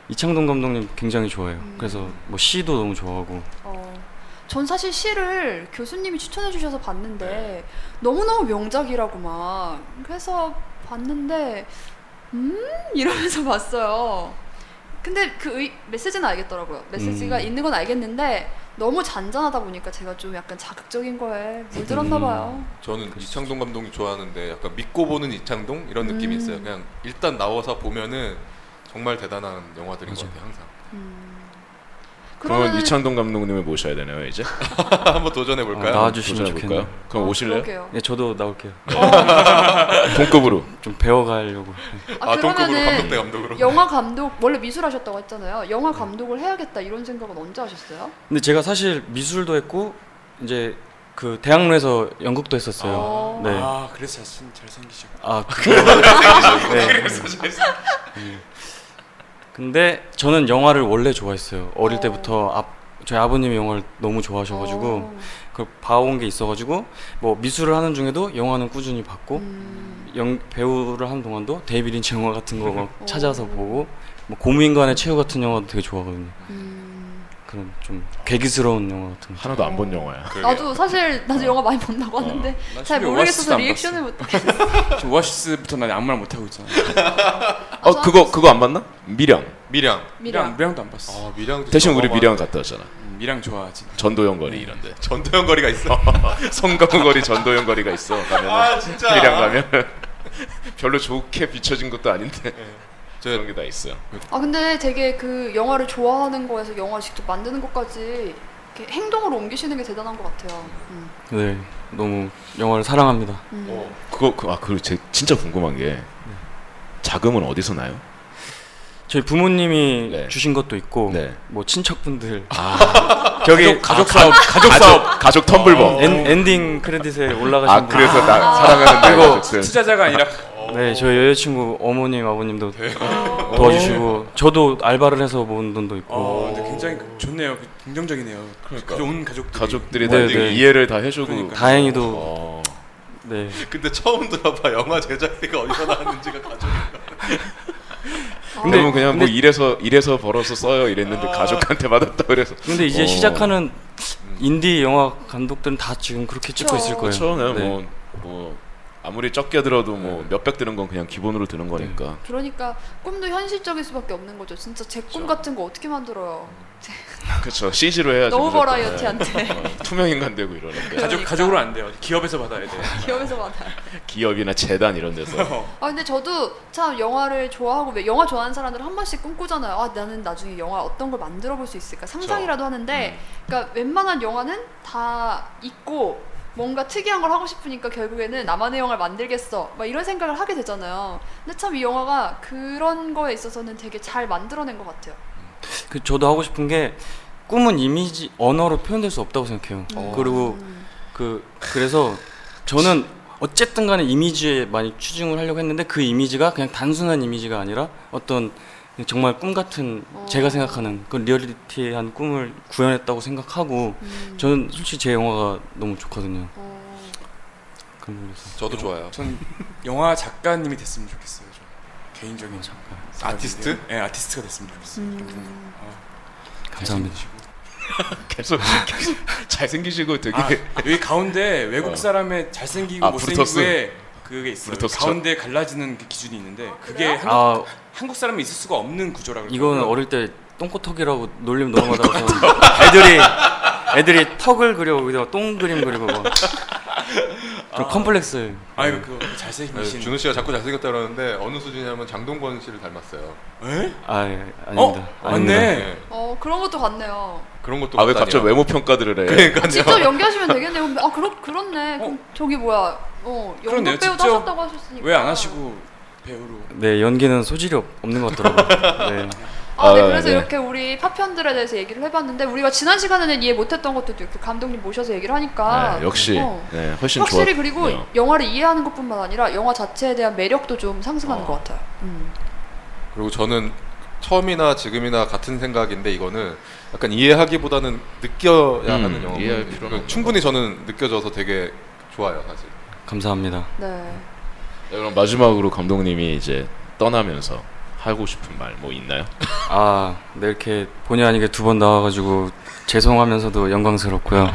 Speaker 5: 이창동 감독님 굉장히 좋아해요. 그래서 뭐 시도 너무 좋아하고
Speaker 3: 어. 전 사실 시를 교수님이 추천해 주셔서 봤는데 너무너무 명작이라고 막 해서 봤는데 음 이러면서 봤어요. 근데 그 의- 메시지는 알겠더라고요. 메시지가
Speaker 5: 음.
Speaker 3: 있는 건 알겠는데 너무 잔잔하다 보니까 제가 좀 약간 자극적인 거에 물들었나 봐요.
Speaker 1: 저는 이창동 감독이 좋아하는데 약간 믿고 보는 이창동 이런 느낌이
Speaker 3: 음.
Speaker 1: 있어요. 그냥 일단 나와서 보면은 정말 대단한 영화들인 것 같아요. 항상
Speaker 2: 그러면
Speaker 3: 음. 그러면은-
Speaker 2: 이창동 감독님을 모셔야 되나요 이제?
Speaker 1: 한번 도전해
Speaker 5: 아,
Speaker 1: 볼까요?
Speaker 5: 나와주- 나와주시면
Speaker 2: 도전해볼까요? 그럼
Speaker 3: 아,
Speaker 2: 오실래요?
Speaker 3: 그러게요.
Speaker 5: 네, 저도 나올게요.
Speaker 2: 동급으로.
Speaker 5: 좀 배워가려고.
Speaker 3: 아,
Speaker 1: 동급으로 감독
Speaker 3: 그러면은
Speaker 1: 대 감독으로.
Speaker 3: 영화 감독 원래 미술하셨다고 했잖아요. 영화 감독을 해야겠다 이런 생각은 언제 하셨어요?
Speaker 5: 근데 제가 사실 미술도 했고 이제 그 대학로에서 연극도 했었어요.
Speaker 3: 어.
Speaker 5: 네.
Speaker 4: 아 그래서 잘- 잘생기셔.
Speaker 5: 아 그- 네. 근데 저는 영화를 원래 좋아했어요. 어릴
Speaker 3: 어.
Speaker 5: 때부터 아, 저희 아버님이 영화를 너무 좋아하셔가지고
Speaker 3: 어.
Speaker 5: 그걸 봐온 게 있어가지고 뭐 미술을 하는 중에도 영화는 꾸준히 봤고
Speaker 3: 음.
Speaker 5: 영 배우를 하는 동안도 데이비 린치 영화 같은 거 막 찾아서
Speaker 3: 어.
Speaker 5: 보고 뭐 고무인간의 최후 같은 영화도 되게 좋아하거든요.
Speaker 3: 음.
Speaker 5: 그런 좀 괴기스러운 영화 같은 거.
Speaker 2: 하나도 안 본 영화야.
Speaker 1: 그러게요.
Speaker 3: 나도 사실 나도 영화 많이 본다고 하는데
Speaker 4: 나
Speaker 3: 잘
Speaker 4: 어.
Speaker 3: 모르겠어서
Speaker 4: 심지어 오아시스도 안
Speaker 3: 리액션을 못.
Speaker 4: 봤어. 저 오아시스부터 난 아무 말 못 하고 있잖아.
Speaker 2: 어 그거 그거 안 맞나?
Speaker 3: 네.
Speaker 2: 미량.
Speaker 1: 미량.
Speaker 4: 미량
Speaker 3: 미량.
Speaker 4: 미량도 안 봤어.
Speaker 1: 아 미량.
Speaker 2: 대신 우리 미량 갔다 왔잖아.
Speaker 4: 음, 미량 좋아하지.
Speaker 2: 전도연 거리 이런데.
Speaker 1: 전도연 거리가 있어.
Speaker 5: 네.
Speaker 2: 성가문 거리 전도연 거리가 있어. 가면
Speaker 1: 아 진짜.
Speaker 2: 미량 가면 별로 좋게 비춰진 것도 아닌데
Speaker 1: 저
Speaker 2: 그런 게 다 있어요.
Speaker 3: 아 근데 되게 그 영화를 좋아하는 거에서 영화 직접 만드는 것까지 이렇게 행동으로 옮기시는 게 대단한 것 같아요. 음.
Speaker 5: 네, 너무 영화를 사랑합니다.
Speaker 3: 음.
Speaker 1: 어,
Speaker 2: 그거 그, 아 그리고 제 진짜 궁금한 게 자금은 어디서 나요?
Speaker 5: 저희 부모님이
Speaker 2: 네.
Speaker 5: 주신 것도 있고
Speaker 2: 네. 아.
Speaker 5: 뭐 친척분들
Speaker 2: 저기 아, 가족, 사업 가족 사업 가족 텀블벅.
Speaker 5: 엔, 엔딩 크레딧에 올라가신
Speaker 2: 아
Speaker 5: 분.
Speaker 2: 그래서 나 사랑하는 네, 내 가족들.
Speaker 4: 투자자가 아니라
Speaker 5: 네, 저희 여자친구 어머님 아버님도 도와주시고 저도 알바를 해서 모은 돈도 있고
Speaker 4: 어, 근데 굉장히 그- 좋네요. 그- 긍정적이네요. 그온 가족들이.
Speaker 2: 가족들이 다
Speaker 5: 네,
Speaker 2: 되게
Speaker 5: 네.
Speaker 2: 이해를 다 해주고
Speaker 4: 그러니까요.
Speaker 5: 다행히도
Speaker 2: 어.
Speaker 5: 네
Speaker 1: 근데 처음 들어봐 영화 제작비가 어디서 나왔는지가 가족이
Speaker 5: 근데-
Speaker 3: 아,
Speaker 2: 그러면 그냥 뭐
Speaker 5: 근데-
Speaker 2: 이래서 이래서 벌어서 써요 이랬는데 가족한테 받았다 그래서
Speaker 5: 근데 이제
Speaker 2: 어. 음.
Speaker 5: 시작하는 인디 영화 감독들은 다 지금 그렇게 찍고
Speaker 3: 그쵸.
Speaker 5: 있을
Speaker 2: 그렇죠.
Speaker 5: 거예요
Speaker 2: 네.
Speaker 5: 네.
Speaker 2: 뭐, 뭐 아무리 적게 들어도 뭐 몇백 드는 건 그냥 기본으로 드는 거니까.
Speaker 3: 그러니까 꿈도 현실적일 수밖에 없는 거죠. 진짜 제 꿈 같은 거 어떻게 만들어요?
Speaker 2: 그렇죠. CG로 해야죠.
Speaker 3: 너무
Speaker 2: 무조건.
Speaker 3: 버라이어티한데
Speaker 2: 네. 어, 투명 인간 되고 이러는데
Speaker 4: 가족 가족으로 안 돼요. 기업에서 받아야 돼.
Speaker 3: 기업에서 만나요.
Speaker 2: 기업이나 재단 이런 데서
Speaker 3: 아 근데 저도 참 영화를 좋아하고 왜 영화 좋아하는 사람들 한 번씩 꿈꾸잖아요. 아 나는 나중에 영화 어떤 걸 만들어 볼 수 있을까 상상이라도
Speaker 4: 음.
Speaker 3: 하는데, 그러니까 웬만한 영화는 다 있고 뭔가 특이한 걸 하고 싶으니까 결국에는 나만의 영화를 만들겠어. 막 이런 생각을 하게 되잖아요. 근데 참 이 영화가 그런 거에 있어서는 되게 잘 만들어낸 것 같아요.
Speaker 5: 그 저도 하고 싶은 게 꿈은 이미지 언어로 표현될 수 없다고 생각해요 그리고
Speaker 3: 음.
Speaker 5: 그 그래서 저는 어쨌든 간에 이미지에 많이 추중을 하려고 했는데 그 이미지가 그냥 단순한 이미지가 아니라 어떤 정말 꿈 같은
Speaker 3: 어.
Speaker 5: 제가 생각하는 그 리얼리티한 꿈을 구현했다고 생각하고
Speaker 3: 음.
Speaker 5: 저는 솔직히 제 영화가 너무 좋거든요.
Speaker 3: 어.
Speaker 5: 감독에서
Speaker 1: 저도 좋아요
Speaker 4: 전 영화 작가님이 됐으면 좋겠어요. 저 개인적인 작가.
Speaker 1: 아티스트?
Speaker 4: 네, 아티스트가 됐으면 좋겠어요.
Speaker 3: 음.
Speaker 5: 감사합니다.
Speaker 2: 계속 계속 잘생기시고 되게
Speaker 4: 아, 여기 가운데 외국 사람의 잘생기고
Speaker 2: 아,
Speaker 4: 못생기고의 그게 있어요.
Speaker 2: 브루터스죠.
Speaker 4: 가운데 갈라지는 그 기준이 있는데 그게
Speaker 3: 그래요?
Speaker 4: 한국,
Speaker 5: 아
Speaker 4: 한국 사람이 있을 수가 없는 구조라 그래요.
Speaker 5: 이거는 어릴 때 똥꼬턱이라고 놀림 너무 받아서 애들이 애들이 턱을 그려 여기다가 똥 그림 그리고 막 그런 컴플렉스
Speaker 4: 아 이거 그거
Speaker 1: 네,
Speaker 4: 잘생기신.
Speaker 1: 준우 씨가 자꾸 잘생겼다 그러는데 어느 수준이냐면 장동건 씨를 닮았어요
Speaker 4: 에?
Speaker 5: 아 예,
Speaker 4: 어?
Speaker 5: 아닙니다. 아닙니다.
Speaker 4: 맞네.
Speaker 1: 네.
Speaker 3: 어 그런 것도 같네요. 그러니까.
Speaker 1: 그런 것도
Speaker 2: 아 왜
Speaker 1: 맞다니요.
Speaker 2: 갑자기 외모 평가들을 해? 네,
Speaker 3: 직접 연기하시면 되겠네요. 근데 아 그렇 그렇네. 그럼 저기 뭐야? 어 연극
Speaker 4: 어. 그러네요.
Speaker 3: 배우도
Speaker 4: 직접
Speaker 3: 하셨다고 하셨으니까
Speaker 4: 왜 안 하시고 배우로?
Speaker 5: 네 연기는 소질이 없, 없는 것 같더라고요. 네.
Speaker 3: 아, 네,
Speaker 2: 아,
Speaker 3: 그래서
Speaker 2: 네.
Speaker 3: 이렇게 우리 파편들에 대해서 얘기를 해봤는데 우리가 지난 시간에는 이해 못했던 것도 이렇게 감독님 모셔서 얘기를 하니까
Speaker 2: 네, 역시
Speaker 3: 어.
Speaker 2: 네, 훨씬
Speaker 3: 확실히
Speaker 2: 좋았-
Speaker 3: 그리고
Speaker 2: 네.
Speaker 3: 영화를 이해하는 것뿐만 아니라 영화 자체에 대한 매력도 좀 상승하는
Speaker 2: 어.
Speaker 3: 것 같아요. 음.
Speaker 1: 그리고 저는 처음이나 지금이나 같은 생각인데 이거는 약간 이해하기보다는 느껴야
Speaker 2: 음,
Speaker 1: 하는 영화
Speaker 2: 이해할 필요는 없는
Speaker 1: 충분히 저는 느껴져서 되게 좋아요 사실
Speaker 5: 감사합니다.
Speaker 3: 네.
Speaker 2: 네, 그럼 마지막으로 감독님이 이제 떠나면서 하고 싶은 말 뭐 있나요?
Speaker 5: 아, 네, 이렇게 본의 아니게 두 번 나와가지고 죄송하면서도 영광스럽고요.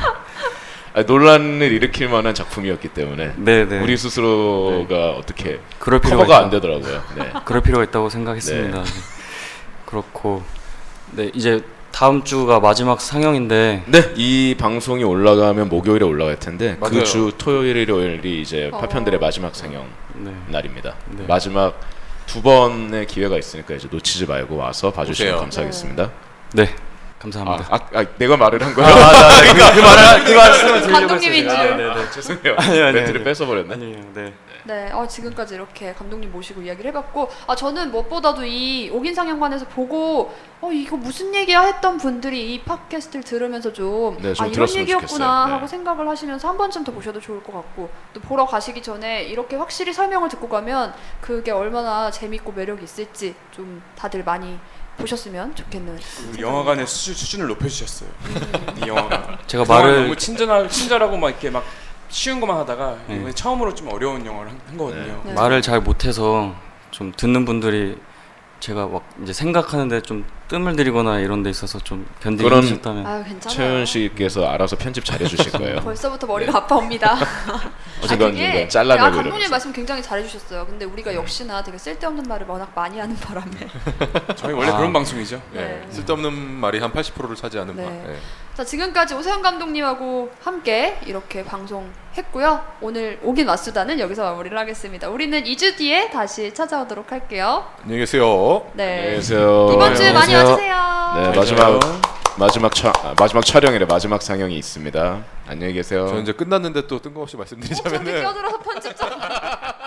Speaker 2: 아, 논란을 일으킬 만한 작품이었기 때문에
Speaker 5: 네, 네.
Speaker 2: 우리 스스로가 어떻게
Speaker 5: 그럴 필요가
Speaker 2: 커버가
Speaker 5: 있다.
Speaker 2: 안 네. 되더라고요. 네.
Speaker 5: 그럴 필요가 있다고 생각했습니다. 네. 그렇고, 네, 이제 다음 주가 마지막 상영인데,
Speaker 2: 네, 이 방송이 올라가면 목요일에 올라갈 텐데
Speaker 1: 맞아요.
Speaker 2: 그 주 토요일 일요일이 이제
Speaker 3: 어.
Speaker 2: 파편들의 마지막 상영
Speaker 5: 네,
Speaker 2: 날입니다.
Speaker 5: 네.
Speaker 2: 마지막 두 번의 기회가 있으니까 이제 놓치지 말고 와서 봐주시면
Speaker 1: 오세요.
Speaker 2: 감사하겠습니다.
Speaker 5: 네, 감사합니다.
Speaker 2: 아, 아, 아, 내가 말을 한 거야?
Speaker 5: 그 말을 그 말씀을
Speaker 3: 감독님인 줄.
Speaker 5: 네, 네.
Speaker 2: 죄송해요.
Speaker 5: 아니요, 아니요,
Speaker 2: 멘트를
Speaker 5: 아니요.
Speaker 2: 뺏어버렸네.
Speaker 5: 아니에요, 네.
Speaker 3: 네, 어, 지금까지 이렇게 감독님 모시고 이야기를 해봤고, 아, 저는 무엇보다도 이 옥인상영관에서 보고, 어, 이거 무슨 얘기야 했던 분들이 이 팟캐스트를 들으면서 좀,
Speaker 2: 네, 좀
Speaker 3: 아, 이런
Speaker 2: 들었으면
Speaker 3: 얘기였구나
Speaker 2: 좋겠어요. 네.
Speaker 3: 하고 생각을 하시면서 한 번쯤 더 보셔도 좋을 것 같고, 또 보러 가시기 전에 이렇게 확실히 설명을 듣고 가면 그게 얼마나 재밌고 매력이 있을지 좀 다들 많이 보셨으면 좋겠는.
Speaker 2: 음.
Speaker 4: 그 영화관의 수준, 수준을 높여주셨어요. 이 영화가.
Speaker 5: 제가
Speaker 4: 그동안
Speaker 5: 그러니까 말을-
Speaker 4: 너무 친절하, 친절하고 막 이렇게 막 쉬운 것만 하다가
Speaker 5: 네.
Speaker 4: 이번에 처음으로 좀 어려운 영화를 한, 한 거거든요.
Speaker 3: 네.
Speaker 5: 말을 잘 못해서 좀 듣는 분들이 제가 막 이제 생각하는데 좀 뜸을 들이거나 이런 데 있어서 좀 견디기
Speaker 2: 그런-
Speaker 5: 힘드셨다면
Speaker 3: 아유, 괜찮아요.
Speaker 2: 최현 씨께서 네. 알아서 편집 잘해주실 거예요.
Speaker 3: 벌써부터 머리가 아파옵니다.
Speaker 2: 어쨌건
Speaker 3: 되게
Speaker 2: 이건 잘라내고
Speaker 3: 아, 감독님
Speaker 2: 이러면서.
Speaker 3: 말씀 굉장히 잘해주셨어요. 근데 우리가 역시나 되게 쓸데없는 말을 워낙 많이 하는 바람에
Speaker 4: 저희 원래
Speaker 5: 아.
Speaker 4: 그런 방송이죠.
Speaker 1: 네.
Speaker 3: 네.
Speaker 1: 쓸데없는 말이 한 80%를 차지하는
Speaker 3: 네.
Speaker 1: 바 네.
Speaker 3: 자 지금까지 오세훈 감독님하고 함께 이렇게 방송했고요. 오늘 오긴 왔수다는 여기서 마무리를 하겠습니다. 우리는 2주 뒤에 다시 찾아오도록 할게요.
Speaker 1: 안녕히 계세요
Speaker 2: 안녕히
Speaker 3: 네.
Speaker 2: 계세요.
Speaker 3: 이번 주에 많이
Speaker 2: 안녕히 계세요.
Speaker 3: 와주세요.
Speaker 2: 네, 마지막 마지막 촬 아, 마지막 촬영이래 마지막 상영이 있습니다. 안녕히 계세요.
Speaker 3: 어,
Speaker 1: 어, 저 이제 끝났는데 또 뜬금없이 말씀드리자면은
Speaker 3: 저기 껴들어서 편집장.